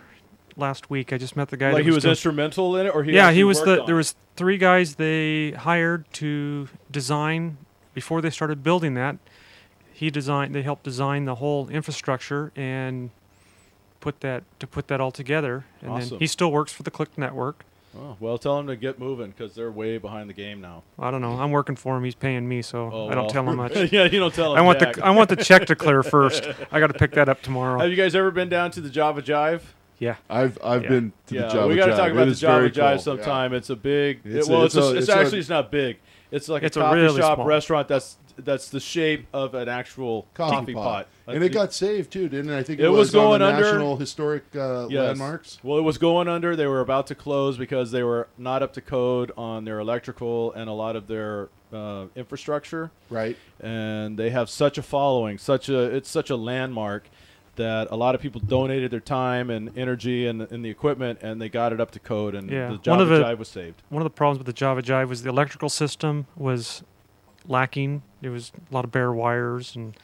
[SPEAKER 3] last week. I just met the guy.
[SPEAKER 1] like
[SPEAKER 3] that
[SPEAKER 1] he was
[SPEAKER 3] doing-
[SPEAKER 1] instrumental in it, or he
[SPEAKER 3] yeah,
[SPEAKER 1] actually
[SPEAKER 3] he was
[SPEAKER 1] worked
[SPEAKER 3] the.
[SPEAKER 1] on
[SPEAKER 3] There
[SPEAKER 1] it?
[SPEAKER 3] was three guys they hired to design before they started building that. He designed. They helped design the whole infrastructure and put that to put that all together. And
[SPEAKER 1] Awesome.
[SPEAKER 3] then he still works for the Click Network.
[SPEAKER 1] Oh, well, tell him to get moving because they're way behind the game now.
[SPEAKER 3] I don't know. I'm working for him. He's paying me, so
[SPEAKER 1] Oh,
[SPEAKER 3] I don't
[SPEAKER 1] well.
[SPEAKER 3] tell him much.
[SPEAKER 1] yeah, you don't tell him.
[SPEAKER 3] I want
[SPEAKER 1] Jack.
[SPEAKER 3] the I want the check to clear first. I got to pick that up tomorrow.
[SPEAKER 1] Have you guys ever been down to the Java Jive?
[SPEAKER 3] yeah.
[SPEAKER 2] I've I've
[SPEAKER 3] Yeah.
[SPEAKER 2] been to
[SPEAKER 1] Yeah,
[SPEAKER 2] the Java
[SPEAKER 1] we got to
[SPEAKER 2] Jive.
[SPEAKER 1] talk about
[SPEAKER 2] It
[SPEAKER 1] the
[SPEAKER 2] is
[SPEAKER 1] Java
[SPEAKER 2] very
[SPEAKER 1] Jive
[SPEAKER 2] cool.
[SPEAKER 1] sometime. It's a big.
[SPEAKER 2] It's
[SPEAKER 1] it- well,
[SPEAKER 2] a-
[SPEAKER 1] it's,
[SPEAKER 2] it's
[SPEAKER 1] a-
[SPEAKER 2] a-
[SPEAKER 1] it's
[SPEAKER 2] it's a-
[SPEAKER 1] actually it's not big. It's like
[SPEAKER 3] It's
[SPEAKER 1] a
[SPEAKER 3] a
[SPEAKER 1] coffee
[SPEAKER 3] really
[SPEAKER 1] shop
[SPEAKER 3] small-
[SPEAKER 1] restaurant that's that's the shape of an actual
[SPEAKER 2] Coffee, pot. and it
[SPEAKER 1] Uh,
[SPEAKER 2] got saved too, didn't it? I think it,
[SPEAKER 1] It was
[SPEAKER 2] on the
[SPEAKER 1] going under-
[SPEAKER 2] National Historic uh,
[SPEAKER 1] yes.
[SPEAKER 2] Landmarks.
[SPEAKER 1] Well, it was going under. They were about to close because they were not up to code on their electrical and a lot of their uh, infrastructure.
[SPEAKER 2] Right.
[SPEAKER 1] and they have such a following, such a it's such a landmark that a lot of people donated their time and energy and, and the equipment, and they got it up to code, and
[SPEAKER 3] Yeah.
[SPEAKER 1] the
[SPEAKER 3] One
[SPEAKER 1] Java
[SPEAKER 3] of the-
[SPEAKER 1] Jive was saved.
[SPEAKER 3] one of the problems with the Java Jive was the electrical system was lacking. There was a lot of bare wires, and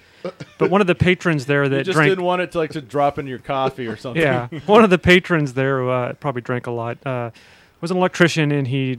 [SPEAKER 3] but one of the patrons there
[SPEAKER 1] You
[SPEAKER 3] that
[SPEAKER 1] just
[SPEAKER 3] drank,
[SPEAKER 1] didn't want it to like to drop into your coffee or something.
[SPEAKER 3] yeah, one of the patrons there who, uh, probably drank a lot. Uh, was an electrician, and he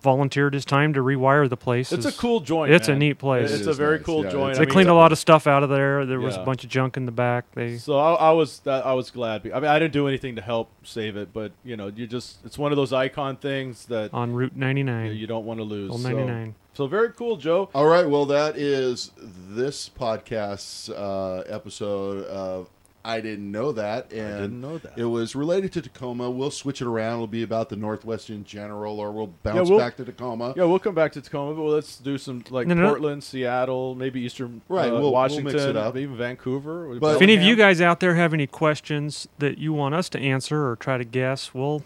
[SPEAKER 3] volunteered his time to rewire the place.
[SPEAKER 1] it's a cool joint.
[SPEAKER 3] It's a
[SPEAKER 1] man.
[SPEAKER 3] neat place.
[SPEAKER 1] It's
[SPEAKER 2] It
[SPEAKER 1] a
[SPEAKER 2] is
[SPEAKER 1] very
[SPEAKER 2] nice.
[SPEAKER 1] cool
[SPEAKER 2] Yeah,
[SPEAKER 1] joint.
[SPEAKER 2] it's-
[SPEAKER 3] They
[SPEAKER 1] I mean,
[SPEAKER 3] cleaned a lot of stuff out of there. There was
[SPEAKER 1] Yeah.
[SPEAKER 3] a bunch of junk in the back. They
[SPEAKER 1] So I, I was that I was glad. be- I mean, I didn't do anything to help save it, but you know, you just it's one of those icon things that
[SPEAKER 3] on Route 99,
[SPEAKER 1] you don't want to lose.
[SPEAKER 3] Old
[SPEAKER 1] so-
[SPEAKER 3] 99.
[SPEAKER 1] so very cool, Joe.
[SPEAKER 2] All right. Well, that is this podcast's uh, episode of I Didn't Know That. And
[SPEAKER 1] didn't know that.
[SPEAKER 2] It was related to Tacoma. We'll switch it around. It'll be about the Northwest in general, or we'll bounce
[SPEAKER 1] we'll-
[SPEAKER 2] back to Tacoma.
[SPEAKER 1] Yeah, we'll come back to Tacoma, but let's do some like
[SPEAKER 3] No, no, no.
[SPEAKER 1] Portland, Seattle, maybe Eastern
[SPEAKER 2] Right,
[SPEAKER 1] uh,
[SPEAKER 2] we'll- we'll
[SPEAKER 1] Washington,
[SPEAKER 2] mix it up.
[SPEAKER 1] even Vancouver.
[SPEAKER 2] But-
[SPEAKER 3] If any of
[SPEAKER 1] Bellingham.
[SPEAKER 3] you guys out there have any questions that you want us to answer or try to guess, we'll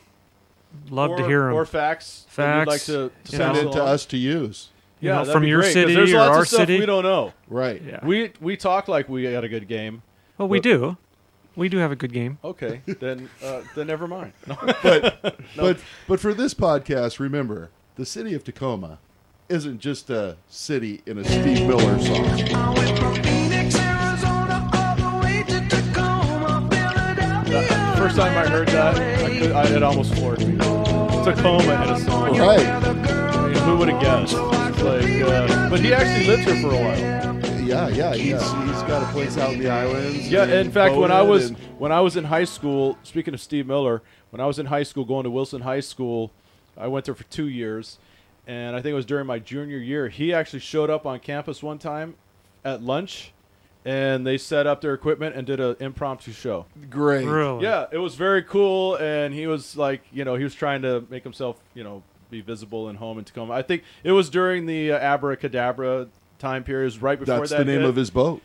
[SPEAKER 3] love to
[SPEAKER 1] Or-
[SPEAKER 3] hear them.
[SPEAKER 1] or facts, that you'd
[SPEAKER 3] Facts,
[SPEAKER 1] like to, to
[SPEAKER 3] you
[SPEAKER 1] send
[SPEAKER 2] Send
[SPEAKER 3] know.
[SPEAKER 1] in
[SPEAKER 2] it to us to use.
[SPEAKER 3] You
[SPEAKER 1] yeah,
[SPEAKER 3] know,
[SPEAKER 1] that'd
[SPEAKER 3] from
[SPEAKER 1] be
[SPEAKER 3] your
[SPEAKER 1] great, 'cause
[SPEAKER 3] city
[SPEAKER 1] there's
[SPEAKER 3] or
[SPEAKER 1] lots
[SPEAKER 3] our
[SPEAKER 1] of stuff
[SPEAKER 3] city.
[SPEAKER 1] we don't know.
[SPEAKER 2] Right.
[SPEAKER 3] Yeah.
[SPEAKER 1] We we talk like we had a good game.
[SPEAKER 3] well, we
[SPEAKER 1] but-
[SPEAKER 3] do. We do have a good game.
[SPEAKER 1] Okay, then uh, then never mind. No.
[SPEAKER 2] But but for this podcast, remember the city of Tacoma isn't just a city in a Steve Miller song.
[SPEAKER 5] I went from Phoenix, Arizona, all the way to Tacoma, Philadelphia.
[SPEAKER 1] First time I heard that, I could, I, it almost floored me. Tacoma in a song.
[SPEAKER 2] Right.
[SPEAKER 1] I mean, who would have guessed? It's Like, uh, but he actually lived here for a while.
[SPEAKER 2] Yeah, yeah. He's he's got a place out in the islands.
[SPEAKER 1] Yeah,
[SPEAKER 2] and
[SPEAKER 1] in fact, when
[SPEAKER 2] boated
[SPEAKER 1] I was
[SPEAKER 2] and-
[SPEAKER 1] when I was in high school, speaking of Steve Miller, when I was in high school, going to Wilson High School, I went there for two years, and I think it was during my junior year. He actually showed up on campus one time at lunch, and they set up their equipment and did an impromptu show.
[SPEAKER 2] great.
[SPEAKER 3] Really?
[SPEAKER 1] Yeah, it was very cool, and he was like, you know, he was trying to make himself, you know, be visible and home in Tacoma. I think it was during the uh, abracadabra time period, it was right before
[SPEAKER 2] That's
[SPEAKER 1] that.
[SPEAKER 2] the name
[SPEAKER 1] hit.
[SPEAKER 2] of his boat.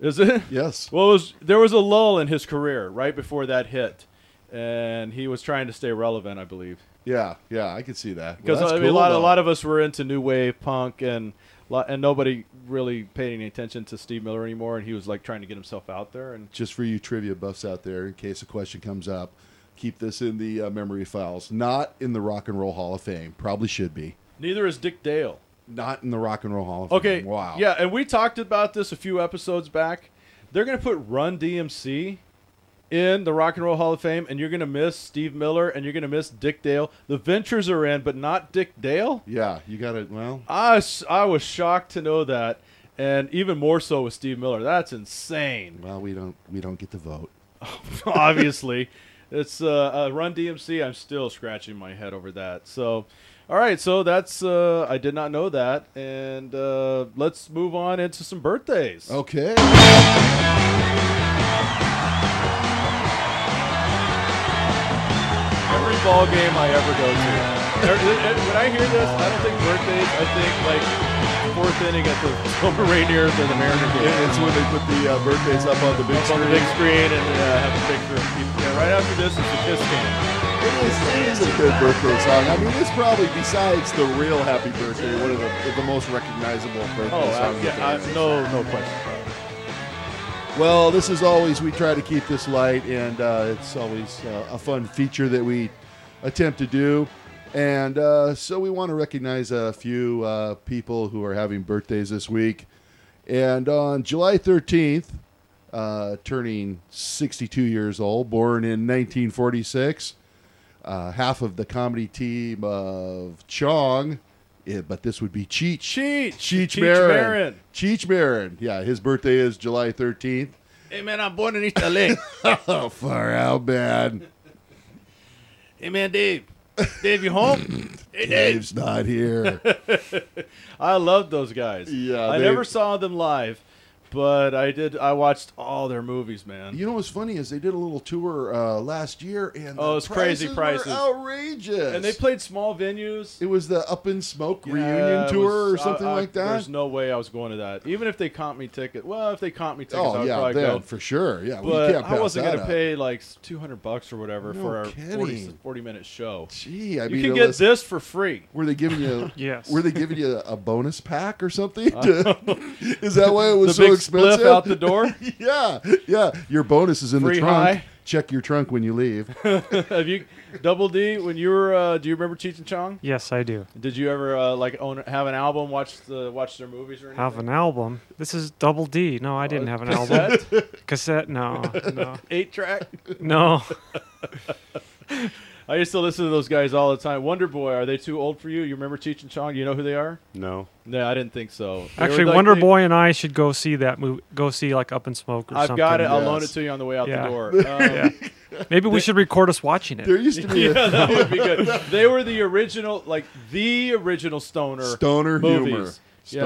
[SPEAKER 1] Is it?
[SPEAKER 2] Yes.
[SPEAKER 1] Well, it was, there was a lull in his career right before that hit, and he was trying to stay relevant, I believe.
[SPEAKER 2] Yeah, yeah, I could see that.
[SPEAKER 1] because
[SPEAKER 2] well,
[SPEAKER 1] I
[SPEAKER 2] that's
[SPEAKER 1] mean, a
[SPEAKER 2] cool,
[SPEAKER 1] lot a
[SPEAKER 2] though.
[SPEAKER 1] lot of us were into new wave punk and lo- and nobody really paid any attention to Steve Miller anymore, and he was like trying to get himself out there. And
[SPEAKER 2] just for you trivia buffs out there, in case a question comes up, keep this in the uh, memory files. Not in the Rock and Roll Hall of Fame. Probably should be.
[SPEAKER 1] neither is Dick Dale.
[SPEAKER 2] Not in the Rock and Roll Hall of
[SPEAKER 1] Okay,
[SPEAKER 2] Fame. Wow.
[SPEAKER 1] yeah, and we talked about this a few episodes back. They're going to put Run DMC in the Rock and Roll Hall of Fame, and you're going to miss Steve Miller, and you're going to miss Dick Dale. The Ventures are in, but not Dick Dale.
[SPEAKER 2] Yeah, you got it. Well,
[SPEAKER 1] I, s- I was shocked to know that, and even more so with Steve Miller. That's insane.
[SPEAKER 2] well, we don't we don't get the vote.
[SPEAKER 1] Obviously, it's uh, uh, Run DMC. I'm still scratching my head over that. So, all right, so that's uh, I did not know that, and uh, let's move on into some birthdays.
[SPEAKER 2] Okay.
[SPEAKER 1] Every ball game I ever go to. There- it- it- When I hear this, I don't think birthdays. I think like fourth inning at the Silver Rainiers or the Mariner game.
[SPEAKER 2] It's when they put the uh, birthdays up on the big
[SPEAKER 1] Up on
[SPEAKER 2] screen.
[SPEAKER 1] the big screen and uh, have a picture of people. Yeah, right after this is the Kiss game.
[SPEAKER 2] It is, it is a good birthday song. I mean, it's probably besides the real Happy Birthday, one of the, the most recognizable birthday
[SPEAKER 1] Oh, I,
[SPEAKER 2] songs.
[SPEAKER 1] yeah, I, no, no question.
[SPEAKER 2] Well, this is always, we try to keep this light, and uh, it's always uh, a fun feature that we attempt to do. And uh, so we want to recognize a few uh, people who are having birthdays this week. And on July 13th, uh, turning 62 years old, born in 1946, uh, half of the comedy team of Chong, eh, but this would be Cheech.
[SPEAKER 1] Cheech,
[SPEAKER 2] Cheech,
[SPEAKER 1] Cheech
[SPEAKER 2] Marin.
[SPEAKER 1] Marin.
[SPEAKER 2] Cheech Marin. Yeah, his birthday is July 13th.
[SPEAKER 1] Hey man, I'm born in Italy.
[SPEAKER 2] Oh, far out bad.
[SPEAKER 1] hey man, Dave. Dave, you home? hey
[SPEAKER 2] Dave's not here.
[SPEAKER 1] I loved those guys.
[SPEAKER 2] Yeah,
[SPEAKER 1] I
[SPEAKER 2] they-
[SPEAKER 1] never saw them live, but I did. I watched all their movies, man.
[SPEAKER 2] you know what's funny is they did a little tour uh, last year, and
[SPEAKER 1] Oh,
[SPEAKER 2] the
[SPEAKER 1] it's crazy
[SPEAKER 2] prices.
[SPEAKER 1] prices.
[SPEAKER 2] were outrageous.
[SPEAKER 1] and they played small venues.
[SPEAKER 2] It was the Up in Smoke
[SPEAKER 1] Yeah,
[SPEAKER 2] reunion
[SPEAKER 1] it
[SPEAKER 2] tour
[SPEAKER 1] was-
[SPEAKER 2] or something
[SPEAKER 1] I- I-
[SPEAKER 2] like that.
[SPEAKER 1] There's no way I was going to that. Even if they comp me ticket, well, if they comp me tickets, I
[SPEAKER 2] oh
[SPEAKER 1] would
[SPEAKER 2] yeah,
[SPEAKER 1] probably
[SPEAKER 2] then
[SPEAKER 1] go.
[SPEAKER 2] for sure. Yeah, well, you
[SPEAKER 1] but
[SPEAKER 2] can't
[SPEAKER 1] I
[SPEAKER 2] pass
[SPEAKER 1] wasn't
[SPEAKER 2] that
[SPEAKER 1] gonna
[SPEAKER 2] up.
[SPEAKER 1] pay like 200 bucks or whatever
[SPEAKER 2] No
[SPEAKER 1] for our 40,
[SPEAKER 2] kidding.
[SPEAKER 1] 40 minute show.
[SPEAKER 2] Gee, I
[SPEAKER 1] You
[SPEAKER 2] mean,
[SPEAKER 1] can get
[SPEAKER 2] unless-
[SPEAKER 1] this for free.
[SPEAKER 2] Were they giving you?
[SPEAKER 3] Yes.
[SPEAKER 2] Were they giving you a bonus pack or something? is that why it was
[SPEAKER 1] The
[SPEAKER 2] so
[SPEAKER 1] big
[SPEAKER 2] expensive?
[SPEAKER 1] spliff out the door.
[SPEAKER 2] yeah, yeah. Your bonus is in
[SPEAKER 1] Free
[SPEAKER 2] the trunk.
[SPEAKER 1] high.
[SPEAKER 2] Check your trunk when you leave.
[SPEAKER 1] Have you, Double D? When you were, uh, do you remember Cheech and Chong?
[SPEAKER 3] Yes, I do.
[SPEAKER 1] Did you ever uh, like own have an album, watch the watch their movies or anything?
[SPEAKER 3] Have an album. This is Double D. No, I didn't have an album.
[SPEAKER 1] Cassette?
[SPEAKER 3] Cassette? No, no,
[SPEAKER 1] eight track.
[SPEAKER 3] no.
[SPEAKER 1] I used to listen to those guys all the time. Wonder Boy, are they too old for you? You remember Cheech and Chong? You know who they are?
[SPEAKER 4] No.
[SPEAKER 1] No, I didn't think so. They were
[SPEAKER 3] Actually,
[SPEAKER 1] like-
[SPEAKER 3] Wonder
[SPEAKER 1] they-
[SPEAKER 3] Boy and I should go see that movie. Go see like Up in Smoke or
[SPEAKER 1] I've
[SPEAKER 3] something.
[SPEAKER 1] got it. I'll loan it
[SPEAKER 2] Yes.
[SPEAKER 1] to you on the way out
[SPEAKER 3] Yeah.
[SPEAKER 1] the door. Um, yeah.
[SPEAKER 3] Maybe we should record us watching
[SPEAKER 2] There
[SPEAKER 3] it.
[SPEAKER 2] used to be a
[SPEAKER 1] that would be good. They were the original, like the original stoner
[SPEAKER 2] Stoner
[SPEAKER 1] movies.
[SPEAKER 2] humor.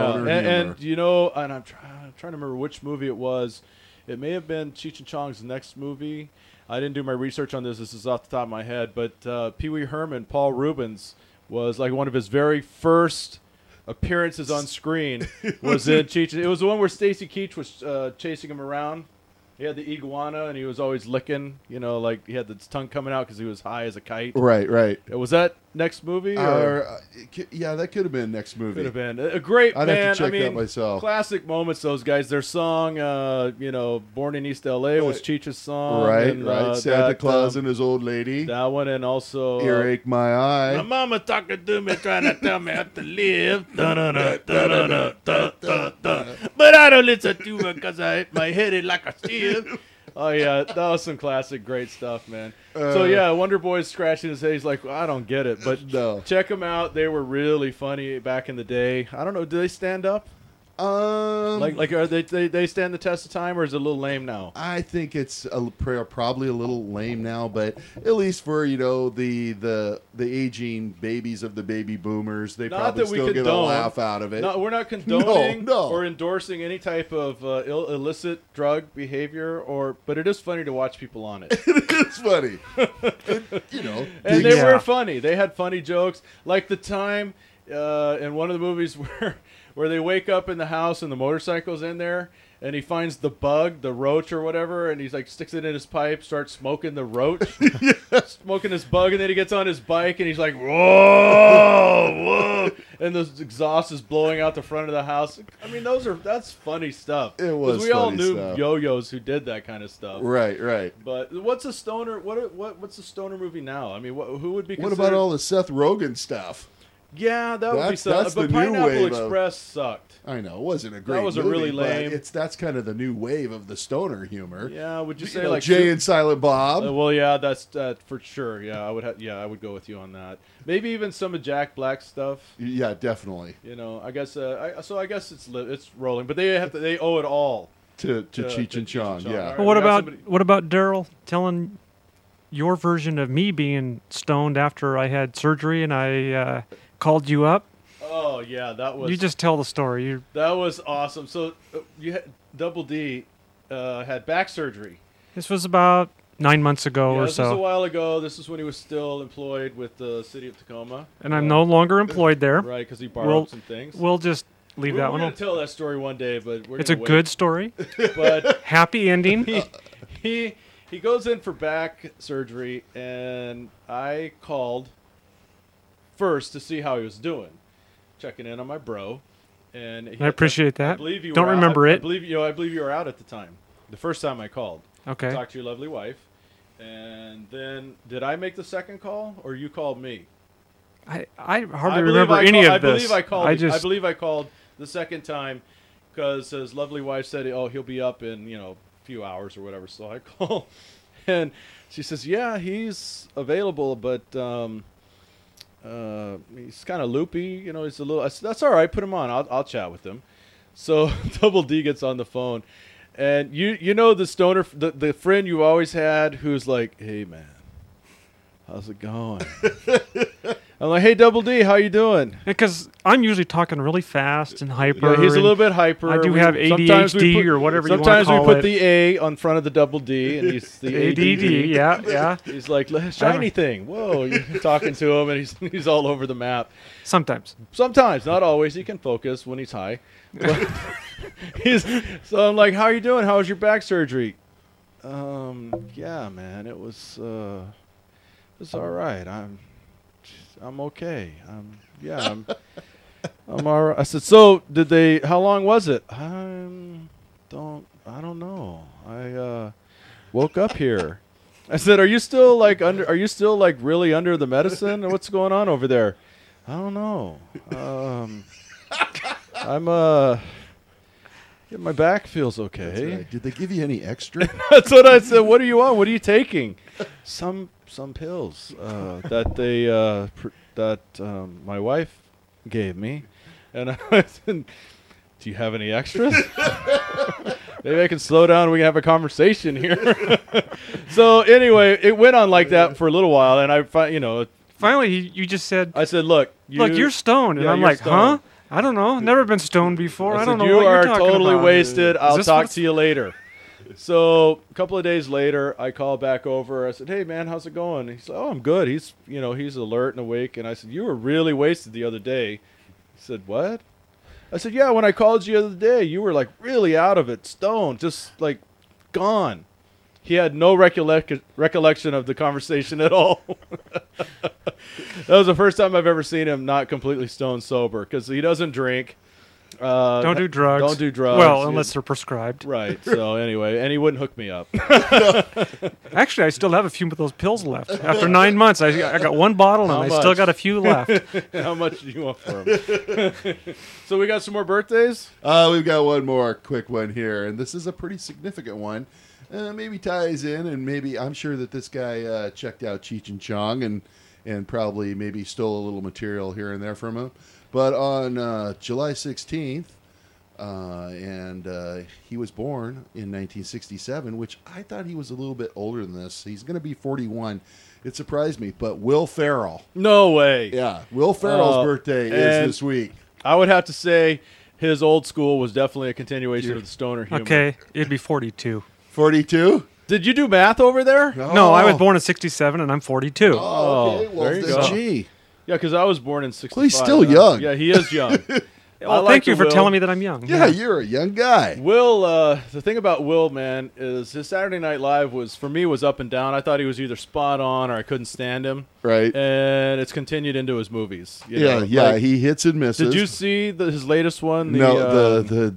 [SPEAKER 1] Yeah,
[SPEAKER 2] Stoner
[SPEAKER 1] and,
[SPEAKER 2] humor.
[SPEAKER 1] and, you know, and I'm trying, I'm trying to remember which movie it was. It may have been Cheech and Chong's next movie. I didn't do my research on this. This is off the top of my head, but uh, Pee Wee Herman, Paul Rubens, was like one of his very first appearances on screen. was in Cheech. It was the one where Stacy Keach was uh, chasing him around. He had the iguana, and he was always licking. You know, like he had the tongue coming out because he was high as a kite.
[SPEAKER 2] right, right.
[SPEAKER 1] Uh, Was that next movie? Or
[SPEAKER 2] Or, uh, it cou- yeah, that could have been next movie.
[SPEAKER 1] could have been a a great
[SPEAKER 2] I'd have to
[SPEAKER 1] man. I
[SPEAKER 2] check that
[SPEAKER 1] mean,
[SPEAKER 2] myself.
[SPEAKER 1] classic moments. Those guys. Their song, uh, you know, "Born in East L.A." was
[SPEAKER 2] Right.
[SPEAKER 1] Cheech's song.
[SPEAKER 2] Right,
[SPEAKER 1] and,
[SPEAKER 2] right.
[SPEAKER 1] uh,
[SPEAKER 2] Santa
[SPEAKER 1] that,
[SPEAKER 2] Claus
[SPEAKER 1] um,
[SPEAKER 2] and his old lady.
[SPEAKER 1] that one, and also uh,
[SPEAKER 2] Earache my
[SPEAKER 1] My
[SPEAKER 2] eye.
[SPEAKER 1] mama talking to me, trying to tell me how to live. Da-da-da, da-da-da, da-da-da. But I don't listen to her because I hit my head in like a sieve. Oh yeah, that was some classic, great stuff, man. so
[SPEAKER 2] Uh,
[SPEAKER 1] yeah, Wonder Boy's scratching his head. He's like, I don't get it, but
[SPEAKER 2] No.
[SPEAKER 1] check them out. They were really funny back in the day. I don't know, do they stand up?
[SPEAKER 2] Um,
[SPEAKER 1] Like, like are they they, they stand the test of time, or is it a little lame now?
[SPEAKER 2] I think it's a, l- pr- probably a little lame now, but at least for you know the the the aging babies of the baby boomers, they
[SPEAKER 1] Not
[SPEAKER 2] probably
[SPEAKER 1] that we
[SPEAKER 2] still get a
[SPEAKER 1] condone.
[SPEAKER 2] laugh out of it.
[SPEAKER 1] No, we're not condoning
[SPEAKER 2] no.
[SPEAKER 1] or endorsing any type of uh, Ill- illicit drug behavior, or but it is funny to watch people on it.
[SPEAKER 2] it's funny, It- you know.
[SPEAKER 1] and
[SPEAKER 2] things-
[SPEAKER 1] they
[SPEAKER 3] Yeah.
[SPEAKER 1] were funny. They had funny jokes, like the time uh, in one of the movies where where they wake up in the house and the motorcycle's in there, and he finds the bug, the roach or whatever, and he's like sticks it in his pipe, starts smoking the roach, smoking his bug, and then he gets on his bike and he's like, whoa, whoa, and the exhaust is blowing out the front of the house. I mean, those are that's funny stuff.
[SPEAKER 2] It
[SPEAKER 1] 'Cause
[SPEAKER 2] was
[SPEAKER 1] We all
[SPEAKER 2] funny
[SPEAKER 1] knew
[SPEAKER 2] stuff.
[SPEAKER 1] yo-yos who did that kind of stuff.
[SPEAKER 2] Right, right.
[SPEAKER 1] But what's a stoner? What what what's a stoner movie now? I mean, what, who would be?
[SPEAKER 2] What
[SPEAKER 1] Considered?
[SPEAKER 2] about all the Seth Rogen stuff?
[SPEAKER 1] Yeah, that would be
[SPEAKER 2] That's-
[SPEAKER 1] something.
[SPEAKER 2] that's
[SPEAKER 1] But
[SPEAKER 2] the new
[SPEAKER 1] Pineapple
[SPEAKER 2] wave of-
[SPEAKER 1] Express sucked.
[SPEAKER 2] I know it wasn't a great.
[SPEAKER 1] was a
[SPEAKER 2] movie,
[SPEAKER 1] really
[SPEAKER 2] but
[SPEAKER 1] lame-
[SPEAKER 2] It's that's kind of the new wave of the stoner humor.
[SPEAKER 1] Yeah, would you
[SPEAKER 2] You
[SPEAKER 1] say
[SPEAKER 2] know,
[SPEAKER 1] like
[SPEAKER 2] Jay
[SPEAKER 1] Su-
[SPEAKER 2] and Silent Bob.
[SPEAKER 1] Uh, well, yeah, that's uh, for sure. Yeah, I would. Ha- yeah, I would go with you on that. Maybe even some of Jack Black's stuff.
[SPEAKER 2] yeah, definitely
[SPEAKER 1] You know, I guess. Uh, I, so I guess it's li- it's rolling, but they have to. They owe it all.
[SPEAKER 2] to to
[SPEAKER 1] Uh, To-
[SPEAKER 2] Cheech
[SPEAKER 1] to
[SPEAKER 2] and
[SPEAKER 1] Cheech and
[SPEAKER 2] Chong.
[SPEAKER 1] Chong,
[SPEAKER 2] Yeah,
[SPEAKER 1] all right.
[SPEAKER 3] But what
[SPEAKER 1] we got
[SPEAKER 3] about
[SPEAKER 1] somebody-
[SPEAKER 3] what about Daryl telling your version of me being stoned after I had surgery and I uh, called you up?
[SPEAKER 1] Oh yeah, that was
[SPEAKER 3] You just tell the story. You
[SPEAKER 1] that was awesome. So uh, you had, Double D uh, had back surgery.
[SPEAKER 3] this was about nine months ago
[SPEAKER 1] Yeah,
[SPEAKER 3] or
[SPEAKER 1] this was a
[SPEAKER 3] so,
[SPEAKER 1] while ago. This is when he was still employed with the city of Tacoma.
[SPEAKER 3] and I'm no longer employed there.
[SPEAKER 1] right because he borrowed
[SPEAKER 3] Well-
[SPEAKER 1] some things.
[SPEAKER 3] We'll just leave
[SPEAKER 1] we're
[SPEAKER 3] that
[SPEAKER 1] we're
[SPEAKER 3] one.
[SPEAKER 1] gonna
[SPEAKER 3] al-
[SPEAKER 1] tell that story one day, but we're
[SPEAKER 3] It's a
[SPEAKER 1] gonna
[SPEAKER 3] good story,
[SPEAKER 1] wait. But
[SPEAKER 3] happy ending.
[SPEAKER 1] he he goes in for back surgery and I called first to see how he was doing. Checking in on my bro. And he-
[SPEAKER 3] I appreciate
[SPEAKER 1] I,
[SPEAKER 3] that.
[SPEAKER 1] believe you
[SPEAKER 3] Don't
[SPEAKER 1] were out-
[SPEAKER 3] remember
[SPEAKER 1] I- I
[SPEAKER 3] it.
[SPEAKER 1] believe you know, I believe you were out at the time. The first time I called.
[SPEAKER 3] Okay.
[SPEAKER 1] Talked to your lovely wife. And then did I make the second call or you called me?
[SPEAKER 3] I, I hardly
[SPEAKER 1] I believe
[SPEAKER 3] remember
[SPEAKER 1] I
[SPEAKER 3] any
[SPEAKER 1] call-
[SPEAKER 3] of
[SPEAKER 1] I
[SPEAKER 3] this.
[SPEAKER 1] believe I called.
[SPEAKER 3] I
[SPEAKER 1] I,
[SPEAKER 3] just
[SPEAKER 1] believe I called the second time because his lovely wife said, "Oh, he'll be up in you know a few hours or whatever." So I call, and she says, "Yeah, he's available, but um, uh, he's kind of loopy. You know, he's a little." I said, "That's all right. Put him on. I'll, I'll chat with him." So Double D gets on the phone, and you you know the stoner, the the friend you always had, who's like, "Hey, man." How's it going? I'm like, hey, Double D, how you doing?
[SPEAKER 3] because I'm usually talking really fast and hyper.
[SPEAKER 1] Yeah, he's a
[SPEAKER 3] and-
[SPEAKER 1] little bit hyper.
[SPEAKER 3] I do
[SPEAKER 1] We-
[SPEAKER 3] have
[SPEAKER 1] sometimes we
[SPEAKER 3] ADHD
[SPEAKER 1] put-
[SPEAKER 3] or whatever you wanna
[SPEAKER 1] Sometimes
[SPEAKER 3] call
[SPEAKER 1] we put
[SPEAKER 3] it.
[SPEAKER 1] the A on front of the double D, and he's the
[SPEAKER 3] ADD.
[SPEAKER 1] ADD.
[SPEAKER 3] Yeah, yeah.
[SPEAKER 1] He's like "Let's shiny thing. Whoa, you're talking to him, and he's he's all over the map.
[SPEAKER 3] Sometimes.
[SPEAKER 1] Sometimes, not always, he can focus when he's high. But he's, so I'm like, how are you doing? How was your back surgery? Um, yeah, man, it was uh, it was all right. I'm I'm okay. I'm yeah, I'm I'm all right. I said, so did they? How long was it? I don't I don't know. I uh, woke up here. I said, are you still like under? Are you still like really under the medicine? Or What's going on over there? I don't know. Um, I'm uh, yeah, my back feels
[SPEAKER 2] That's
[SPEAKER 1] okay.
[SPEAKER 2] right. Did they give you any extra?
[SPEAKER 1] That's what I said. What are you on? What are you taking? Some some pills uh, that they uh, pr- that um, my wife gave me, and I said, "Do you have any extras? Maybe I can slow down. We can have a conversation here." so anyway, it went on like that for a little while, and I find you know
[SPEAKER 3] Finally, you, you just said,
[SPEAKER 1] I said, "Look, you,
[SPEAKER 3] "Look, you're stoned," and
[SPEAKER 1] Yeah,
[SPEAKER 3] I'm
[SPEAKER 1] you're
[SPEAKER 3] like,
[SPEAKER 1] stoned.
[SPEAKER 3] "Huh? I don't know. Never been stoned before.
[SPEAKER 1] I
[SPEAKER 3] I,
[SPEAKER 1] said,
[SPEAKER 3] don't know
[SPEAKER 1] you
[SPEAKER 3] what
[SPEAKER 1] are
[SPEAKER 3] you're talking
[SPEAKER 1] totally
[SPEAKER 3] about."
[SPEAKER 1] wasted.
[SPEAKER 3] Is
[SPEAKER 1] I'll
[SPEAKER 3] this
[SPEAKER 1] talk
[SPEAKER 3] what's-
[SPEAKER 1] to you later. So a couple of days later, I call back over. I said, "Hey man, how's it going?" He's like, "Oh, I'm good. He's you know he's alert and awake." And I said, "You were really wasted the other day." He said, "What?" I said, "Yeah, when I called you the other day, you were like really out of it, stoned, just like gone." He had no recollec- recollection of the conversation at all. that was the first time I've ever seen him not completely stone sober because he doesn't drink. Uh,
[SPEAKER 3] Don't do drugs.
[SPEAKER 1] Don't do drugs.
[SPEAKER 3] Well,
[SPEAKER 1] Yeah.
[SPEAKER 3] unless they're prescribed.
[SPEAKER 1] Right. So anyway, and he wouldn't hook me up.
[SPEAKER 3] Actually, I still have a few of those pills left. After nine months, I, I got one bottle
[SPEAKER 1] How
[SPEAKER 3] and I still
[SPEAKER 1] much?
[SPEAKER 3] got a few left.
[SPEAKER 1] How much do you want for him? so we got some more birthdays.
[SPEAKER 2] Uh, we've got one more quick one here, and this is a pretty significant one. Uh, maybe ties in, and maybe I'm sure that this guy uh, checked out Cheech and Chong, and and probably maybe stole a little material here and there from him. But on uh, July 16th, uh, and uh, he was born in 1967, which I thought he was a little bit older than this. He's going to be 41. It surprised me, but Will Farrell,
[SPEAKER 1] No way.
[SPEAKER 2] yeah, Will Farrell's
[SPEAKER 3] Uh,
[SPEAKER 1] Oh,
[SPEAKER 2] birthday is
[SPEAKER 1] and-
[SPEAKER 2] this week.
[SPEAKER 1] I would have to say his old school was definitely a continuation of the stoner humor.
[SPEAKER 3] Okay, it'd be 42.
[SPEAKER 2] 42.
[SPEAKER 1] Did you do math over there?
[SPEAKER 3] No, I was born in 67 and I'm 42.
[SPEAKER 2] Oh, okay.
[SPEAKER 1] Oh,
[SPEAKER 2] Well,
[SPEAKER 1] there you
[SPEAKER 2] then,
[SPEAKER 1] go.
[SPEAKER 2] gee.
[SPEAKER 1] Yeah, because I was born in 65.
[SPEAKER 2] he's still
[SPEAKER 1] and I-
[SPEAKER 2] young.
[SPEAKER 1] Yeah, he is young.
[SPEAKER 3] Well,
[SPEAKER 1] like
[SPEAKER 3] thank you
[SPEAKER 1] the
[SPEAKER 3] for
[SPEAKER 1] Will.
[SPEAKER 3] telling me that I'm young.
[SPEAKER 2] Yeah, you're a young guy.
[SPEAKER 1] Will, uh, the thing about Will, man, is his Saturday Night Live was for me was up and down. I thought he was either spot on or I couldn't stand him,
[SPEAKER 2] Right.
[SPEAKER 1] and it's continued into his movies. you
[SPEAKER 2] yeah,
[SPEAKER 1] know,
[SPEAKER 2] Uh, yeah.
[SPEAKER 1] like-
[SPEAKER 2] he hits and misses.
[SPEAKER 1] did you see the, his latest one? The,
[SPEAKER 2] no,
[SPEAKER 1] uh,
[SPEAKER 2] the the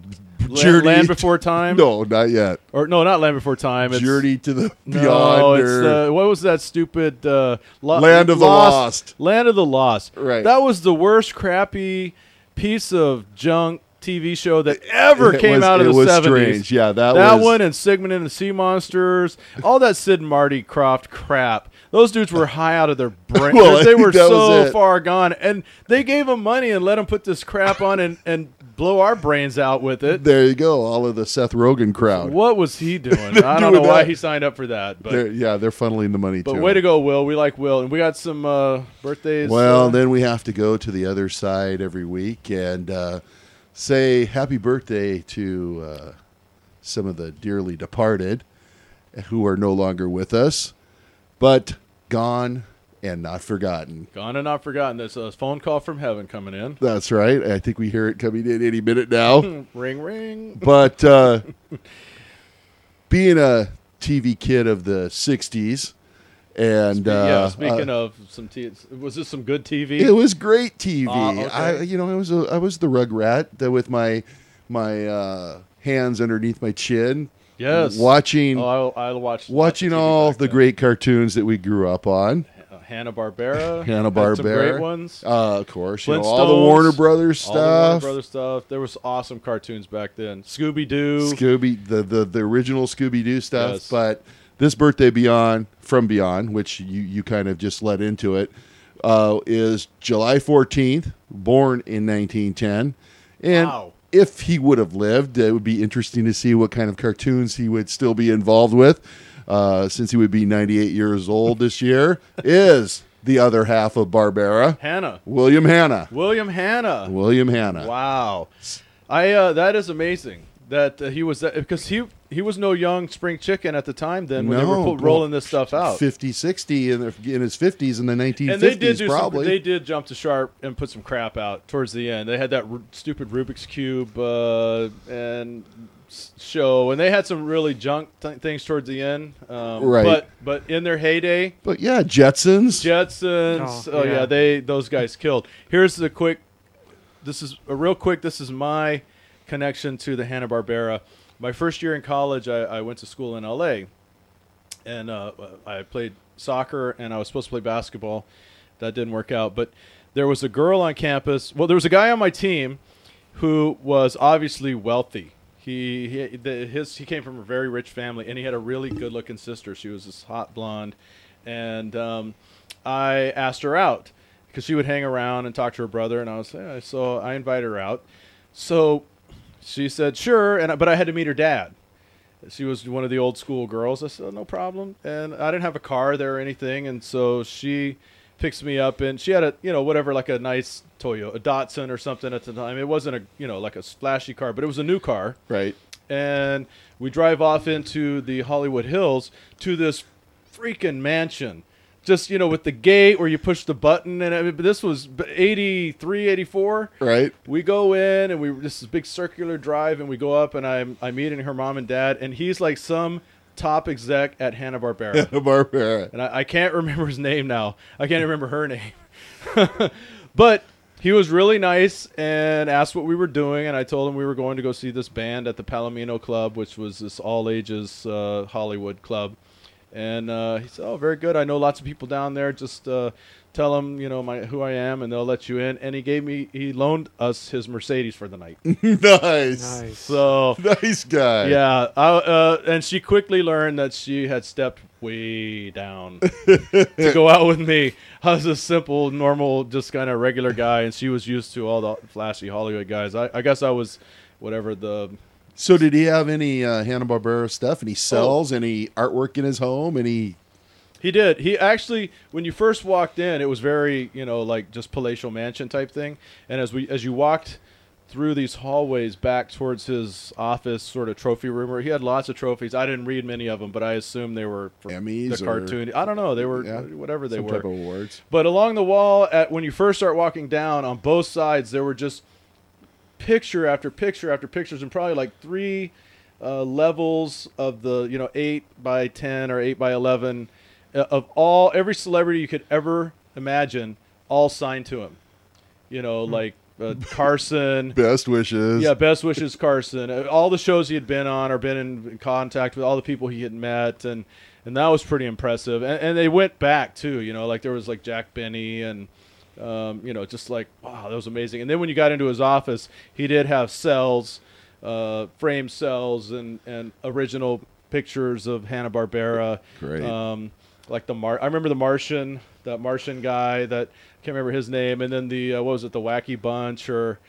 [SPEAKER 1] La-
[SPEAKER 2] journey
[SPEAKER 1] Land Before Time?
[SPEAKER 2] No, not yet.
[SPEAKER 1] or no, not Land Before Time. It's,
[SPEAKER 2] journey to the
[SPEAKER 1] no,
[SPEAKER 2] beyond. or-
[SPEAKER 1] it's uh, what was that stupid uh, Lo-
[SPEAKER 2] Land of the Lost.
[SPEAKER 1] Land of the Lost.
[SPEAKER 2] Right.
[SPEAKER 1] That was the worst crappy piece of junk TV show that ever
[SPEAKER 2] It
[SPEAKER 1] came
[SPEAKER 2] was-
[SPEAKER 1] out of
[SPEAKER 2] it
[SPEAKER 1] the
[SPEAKER 2] was
[SPEAKER 1] 70s.
[SPEAKER 2] strange. Yeah, that was-
[SPEAKER 1] one and Sigmund and the Sea Monsters, all that Sid and Marty Croft crap. Those dudes were high out of their brain.
[SPEAKER 2] Well, I
[SPEAKER 1] they
[SPEAKER 2] think
[SPEAKER 1] were
[SPEAKER 2] that
[SPEAKER 1] so
[SPEAKER 2] was it.
[SPEAKER 1] far gone, and they gave them money and let them put this crap on and, and blow our brains out with it.
[SPEAKER 2] there you go. All of the Seth Rogen crowd.
[SPEAKER 1] What was he doing? I don't
[SPEAKER 2] doing
[SPEAKER 1] know why
[SPEAKER 2] that.
[SPEAKER 1] he signed up for that, but
[SPEAKER 2] They're, yeah, they're funneling the money
[SPEAKER 1] but
[SPEAKER 2] to
[SPEAKER 1] way
[SPEAKER 2] him.
[SPEAKER 1] to go, Will. We like Will, and we got some uh, birthdays.
[SPEAKER 2] Well,
[SPEAKER 1] uh,
[SPEAKER 2] then we have to go to the other side every week and uh, say happy birthday to uh, some of the dearly departed who are no longer with us, but gone and not forgotten.
[SPEAKER 1] gone and not forgotten. There's a phone call from heaven coming in.
[SPEAKER 2] That's right. I think we hear it coming in any minute now.
[SPEAKER 1] Ring, ring.
[SPEAKER 2] but uh, being a TV kid of the 60s, and uh,
[SPEAKER 1] yeah. Speaking
[SPEAKER 2] uh,
[SPEAKER 1] of some, t- was this some good TV?
[SPEAKER 2] It was great TV.
[SPEAKER 1] Ah, okay.
[SPEAKER 2] I, you know, I was a, I was the rug rat that with my my uh, hands underneath my chin.
[SPEAKER 1] Yes.
[SPEAKER 2] watching
[SPEAKER 1] oh, I, I watched
[SPEAKER 2] watching
[SPEAKER 1] lots of TV
[SPEAKER 2] all
[SPEAKER 1] back
[SPEAKER 2] the
[SPEAKER 1] then.
[SPEAKER 2] great cartoons that we grew up on.
[SPEAKER 1] Uh, Hanna Barbera,
[SPEAKER 2] Hanna
[SPEAKER 1] some
[SPEAKER 2] Barbera,
[SPEAKER 1] great ones.
[SPEAKER 2] uh, of course. You know, all the Warner
[SPEAKER 1] Flintstones,
[SPEAKER 2] Brothers
[SPEAKER 1] All the Warner
[SPEAKER 2] stuff.
[SPEAKER 1] Brothers stuff. There was awesome cartoons back then. Scooby Doo.
[SPEAKER 2] Scooby, the, the the original Scooby Doo stuff.
[SPEAKER 1] Yes.
[SPEAKER 2] But this birthday beyond from beyond, which you you kind of just led into it, uh, is July fourteenth, born in nineteen ten, and.
[SPEAKER 1] Wow.
[SPEAKER 2] If he would have lived, it would be interesting to see what kind of cartoons he would still be involved with, uh, since he would be 98 years old this year. is the other half of Barbara,
[SPEAKER 1] Hanna.
[SPEAKER 2] William Hanna.
[SPEAKER 1] William Hanna.
[SPEAKER 2] William Hanna.
[SPEAKER 1] Wow, I uh, that is amazing that uh, he was that because he he was no young spring chicken at the time then when they were
[SPEAKER 2] No,
[SPEAKER 1] put,
[SPEAKER 2] bro.
[SPEAKER 1] rolling this stuff out.
[SPEAKER 2] 50, 60 in, the, in his 50s in the 1950s,
[SPEAKER 1] and they did do
[SPEAKER 2] probably.
[SPEAKER 1] Some, they did jump to sharp and put some crap out towards the end. They had that r- stupid Rubik's cube uh, and s- show, and they had some really junk th- things towards the end. Um,
[SPEAKER 2] Right.
[SPEAKER 1] but but in their heyday,
[SPEAKER 2] but yeah, Jetsons.
[SPEAKER 1] Jetsons.
[SPEAKER 3] Oh,
[SPEAKER 1] Oh, yeah.
[SPEAKER 3] yeah.
[SPEAKER 1] they those guys killed. Here's the quick. This is a real quick. This is my connection to the Hanna Barbera. My first year in college, I, I went to school in L.A. and uh, I played soccer and I was supposed to play basketball. That didn't work out. But there was a girl on campus. Well, there was a guy on my team who was obviously wealthy. He he, the, his, he came from a very rich family, and he had a really good-looking sister. She was this hot blonde, and um, I asked her out because she would hang around and talk to her brother, and I was yeah, so I invited her out. So she said sure, and I- but I had to meet her dad. She was one of the old school girls. I said, "Oh, no problem. And I didn't have a car there or anything. And so she picks me up and she had a, you know, whatever, like a nice Toyota, a Datsun or something at the time. It wasn't a, you know, like a splashy car, but it was a new car.
[SPEAKER 2] Right.
[SPEAKER 1] And we drive off into the Hollywood Hills to this freaking mansion. Just, you know, with the gate where you push the button. And I mean, this was 83, 84.
[SPEAKER 2] Right.
[SPEAKER 1] We go in and we this is a big circular drive and we go up and I'm I'm meeting her mom and dad and he's like some top exec at Hanna Barbera
[SPEAKER 2] Barbera.
[SPEAKER 1] and I, I can't remember his name now. I can't remember her name. but he was really nice and asked what we were doing, and I told him we were going to go see this band at the Palomino Club, which was this all ages uh, Hollywood club. And uh, he said, "Oh, very good. I know lots of people down there. Just uh, tell them, you know, my who I am, and they'll let you in." And he gave me, he loaned us his Mercedes for the night.
[SPEAKER 2] nice.
[SPEAKER 3] Nice.
[SPEAKER 1] So
[SPEAKER 2] nice. guy.
[SPEAKER 1] yeah, I, uh, and she quickly learned that she had stepped way down to go out with me. I was a simple, normal, just kind of regular guy, and she was used to all the flashy Hollywood guys. I, I guess I was whatever the
[SPEAKER 2] So did he have any uh, Hanna-Barbera stuff?
[SPEAKER 1] Oh.
[SPEAKER 2] Any cells? Any artwork in his home? Any...
[SPEAKER 1] He did. He actually, when you first walked in, it was very, you know, like just palatial mansion type thing. And as we, as you walked through these hallways back towards his office, sort of trophy room, where he had lots of trophies. I didn't read many of them, but I assume they were from
[SPEAKER 2] Emmys
[SPEAKER 1] the
[SPEAKER 2] or-
[SPEAKER 1] cartoon. I don't know. They were
[SPEAKER 2] Yeah,
[SPEAKER 1] whatever they
[SPEAKER 2] some
[SPEAKER 1] were.
[SPEAKER 2] type of awards.
[SPEAKER 1] But along the wall, at when you first start walking down, on both sides there were just picture after picture after pictures, and probably like three uh, levels of the you know eight by ten or eight by eleven uh, of all every celebrity you could ever imagine, all signed to him. You know, like uh, Carson.
[SPEAKER 2] Best wishes.
[SPEAKER 1] Yeah, best wishes, Carson. Uh, All the shows he had been on or been in contact with, all the people he had met, and and that was pretty impressive. And, and they went back too, you know, like there was like Jack Benny and. Um, you know, just like wow, that was amazing. And then when you got into his office, he did have cells, uh, frame cells, and and original pictures of Hanna Barbera.
[SPEAKER 2] Great.
[SPEAKER 1] Um, like the Mar, I remember the Martian, that Martian guy that I can't remember his name, and then the uh, what was it, the Wacky Bunch or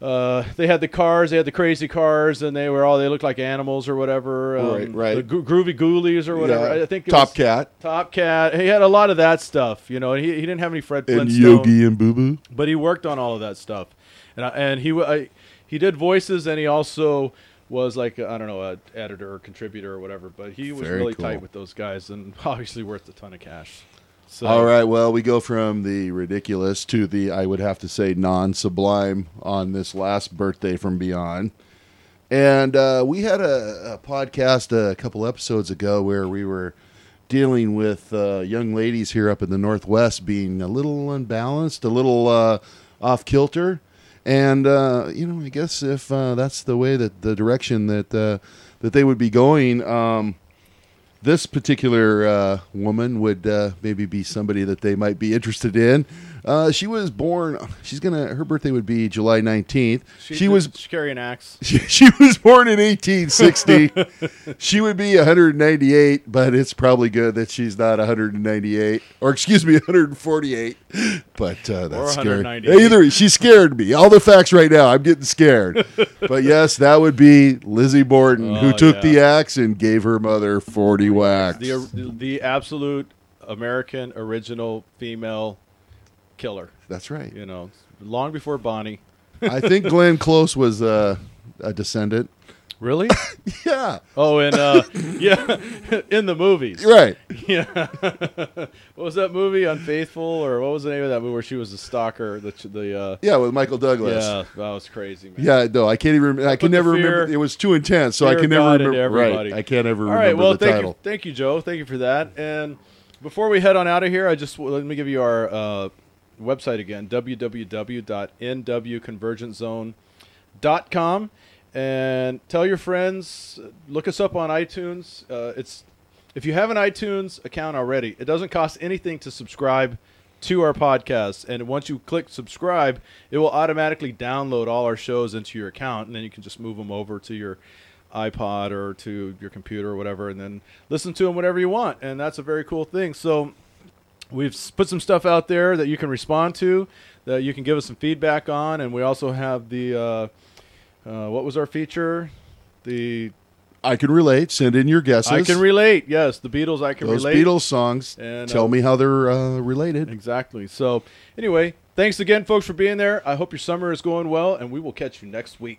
[SPEAKER 1] uh, they had the cars, they had the crazy cars, and they were all they looked like animals or whatever. Um,
[SPEAKER 2] Right, right.
[SPEAKER 1] The gro- groovy ghoulies or whatever.
[SPEAKER 2] Yeah.
[SPEAKER 1] I think it
[SPEAKER 2] Top
[SPEAKER 1] was
[SPEAKER 2] Cat
[SPEAKER 1] Top Cat. He had a lot of that stuff, you know. And he, he didn't have any Fred
[SPEAKER 2] and
[SPEAKER 1] Flintstone,
[SPEAKER 2] Yogi and Boo Boo.
[SPEAKER 1] but he worked on all of that stuff, and I, and he wa- I, he did voices, and he also was like I don't know, a editor or contributor or whatever. But he was
[SPEAKER 2] Very
[SPEAKER 1] really
[SPEAKER 2] cool.
[SPEAKER 1] tight with those guys, and obviously worth a ton of cash. So
[SPEAKER 2] All right, well, we go from the ridiculous to the, I would have to say, non sublime on this last birthday from beyond. And uh, we had a, a podcast a couple episodes ago where we were dealing with uh, young ladies here up in the Northwest being a little unbalanced, a little uh, off kilter. And, uh, you know, I guess if uh, that's the way that the direction that, uh, that they would be going, um, this particular uh, woman would uh, maybe be somebody that they might be interested in. Uh, she was born. She's gonna. Her birthday would be July nineteenth. She,
[SPEAKER 1] did-
[SPEAKER 2] was.
[SPEAKER 1] she carry an axe.
[SPEAKER 2] She, she was born in 1860. she would be 198, but it's probably good that she's not 198, or excuse me, 148. But uh, that's scary.
[SPEAKER 1] 198.
[SPEAKER 2] Either she scared me. All the facts right now. I'm getting scared. but yes, that would be Lizzie Borden, who
[SPEAKER 1] Oh,
[SPEAKER 2] took the
[SPEAKER 1] yeah.
[SPEAKER 2] axe and gave her mother 40 whacks.
[SPEAKER 1] the the absolute American original female killer.
[SPEAKER 2] That's right.
[SPEAKER 1] You know, long before Bonnie.
[SPEAKER 2] I think Glenn Close was uh, a descendant.
[SPEAKER 1] Really?
[SPEAKER 2] Yeah,
[SPEAKER 1] oh, and uh, yeah, in the movies.
[SPEAKER 2] you're right.
[SPEAKER 1] Yeah. what was that movie, Unfaithful, or what was the name of that movie where she was the stalker? The the uh,
[SPEAKER 2] Yeah, with Michael Douglas.
[SPEAKER 1] yeah, that was crazy, man.
[SPEAKER 2] Yeah, no, I can't even. Remember, I can
[SPEAKER 1] the
[SPEAKER 2] never remember.
[SPEAKER 1] fear-
[SPEAKER 2] It was too intense, so I
[SPEAKER 1] fear
[SPEAKER 2] can
[SPEAKER 1] of
[SPEAKER 2] never
[SPEAKER 1] God into
[SPEAKER 2] remember. Right,
[SPEAKER 1] everybody.
[SPEAKER 2] I can't ever
[SPEAKER 1] All
[SPEAKER 2] remember
[SPEAKER 1] right. Well,
[SPEAKER 2] the
[SPEAKER 1] thank
[SPEAKER 2] title.
[SPEAKER 1] you, thank you, Joe. Thank you for that. And before we head on out of here, I just let me give you our uh, website again: www.nwconvergentzone.com. And tell your friends. Look us up on iTunes. Uh, it's if you have an iTunes account already, it doesn't cost anything to subscribe to our podcast. And once you click subscribe, it will automatically download all our shows into your account, and then you can just move them over to your iPod or to your computer or whatever, and then listen to them whenever you want. And that's a very cool thing. So we've s- put some stuff out there that you can respond to, that you can give us some feedback on, and we also have the uh, uh, what was our feature? The
[SPEAKER 2] I can relate. Send in your guesses.
[SPEAKER 1] I can relate. Yes, the Beatles. I can
[SPEAKER 2] those
[SPEAKER 1] relate.
[SPEAKER 2] Beatles songs.
[SPEAKER 1] And,
[SPEAKER 2] Tell
[SPEAKER 1] uh,
[SPEAKER 2] me how they're uh, related.
[SPEAKER 1] Exactly. So, anyway, thanks again, folks, for being there. I hope your summer is going well, and we will catch you next week.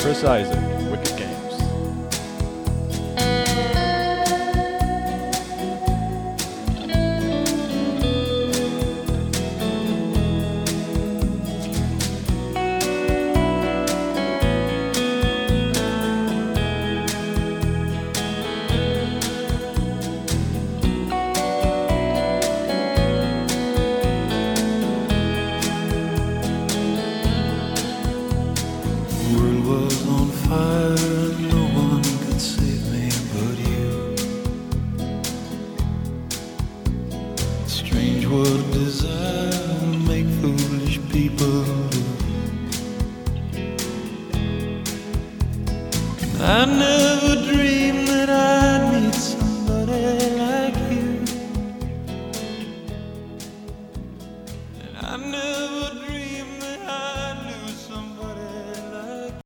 [SPEAKER 1] Chris Isaac, Wicked Games.
[SPEAKER 5] world was on fire and no one could save me but you. Strange what desire will make foolish people do. I never dreamed that I'd meet somebody like you. And I never dreamed.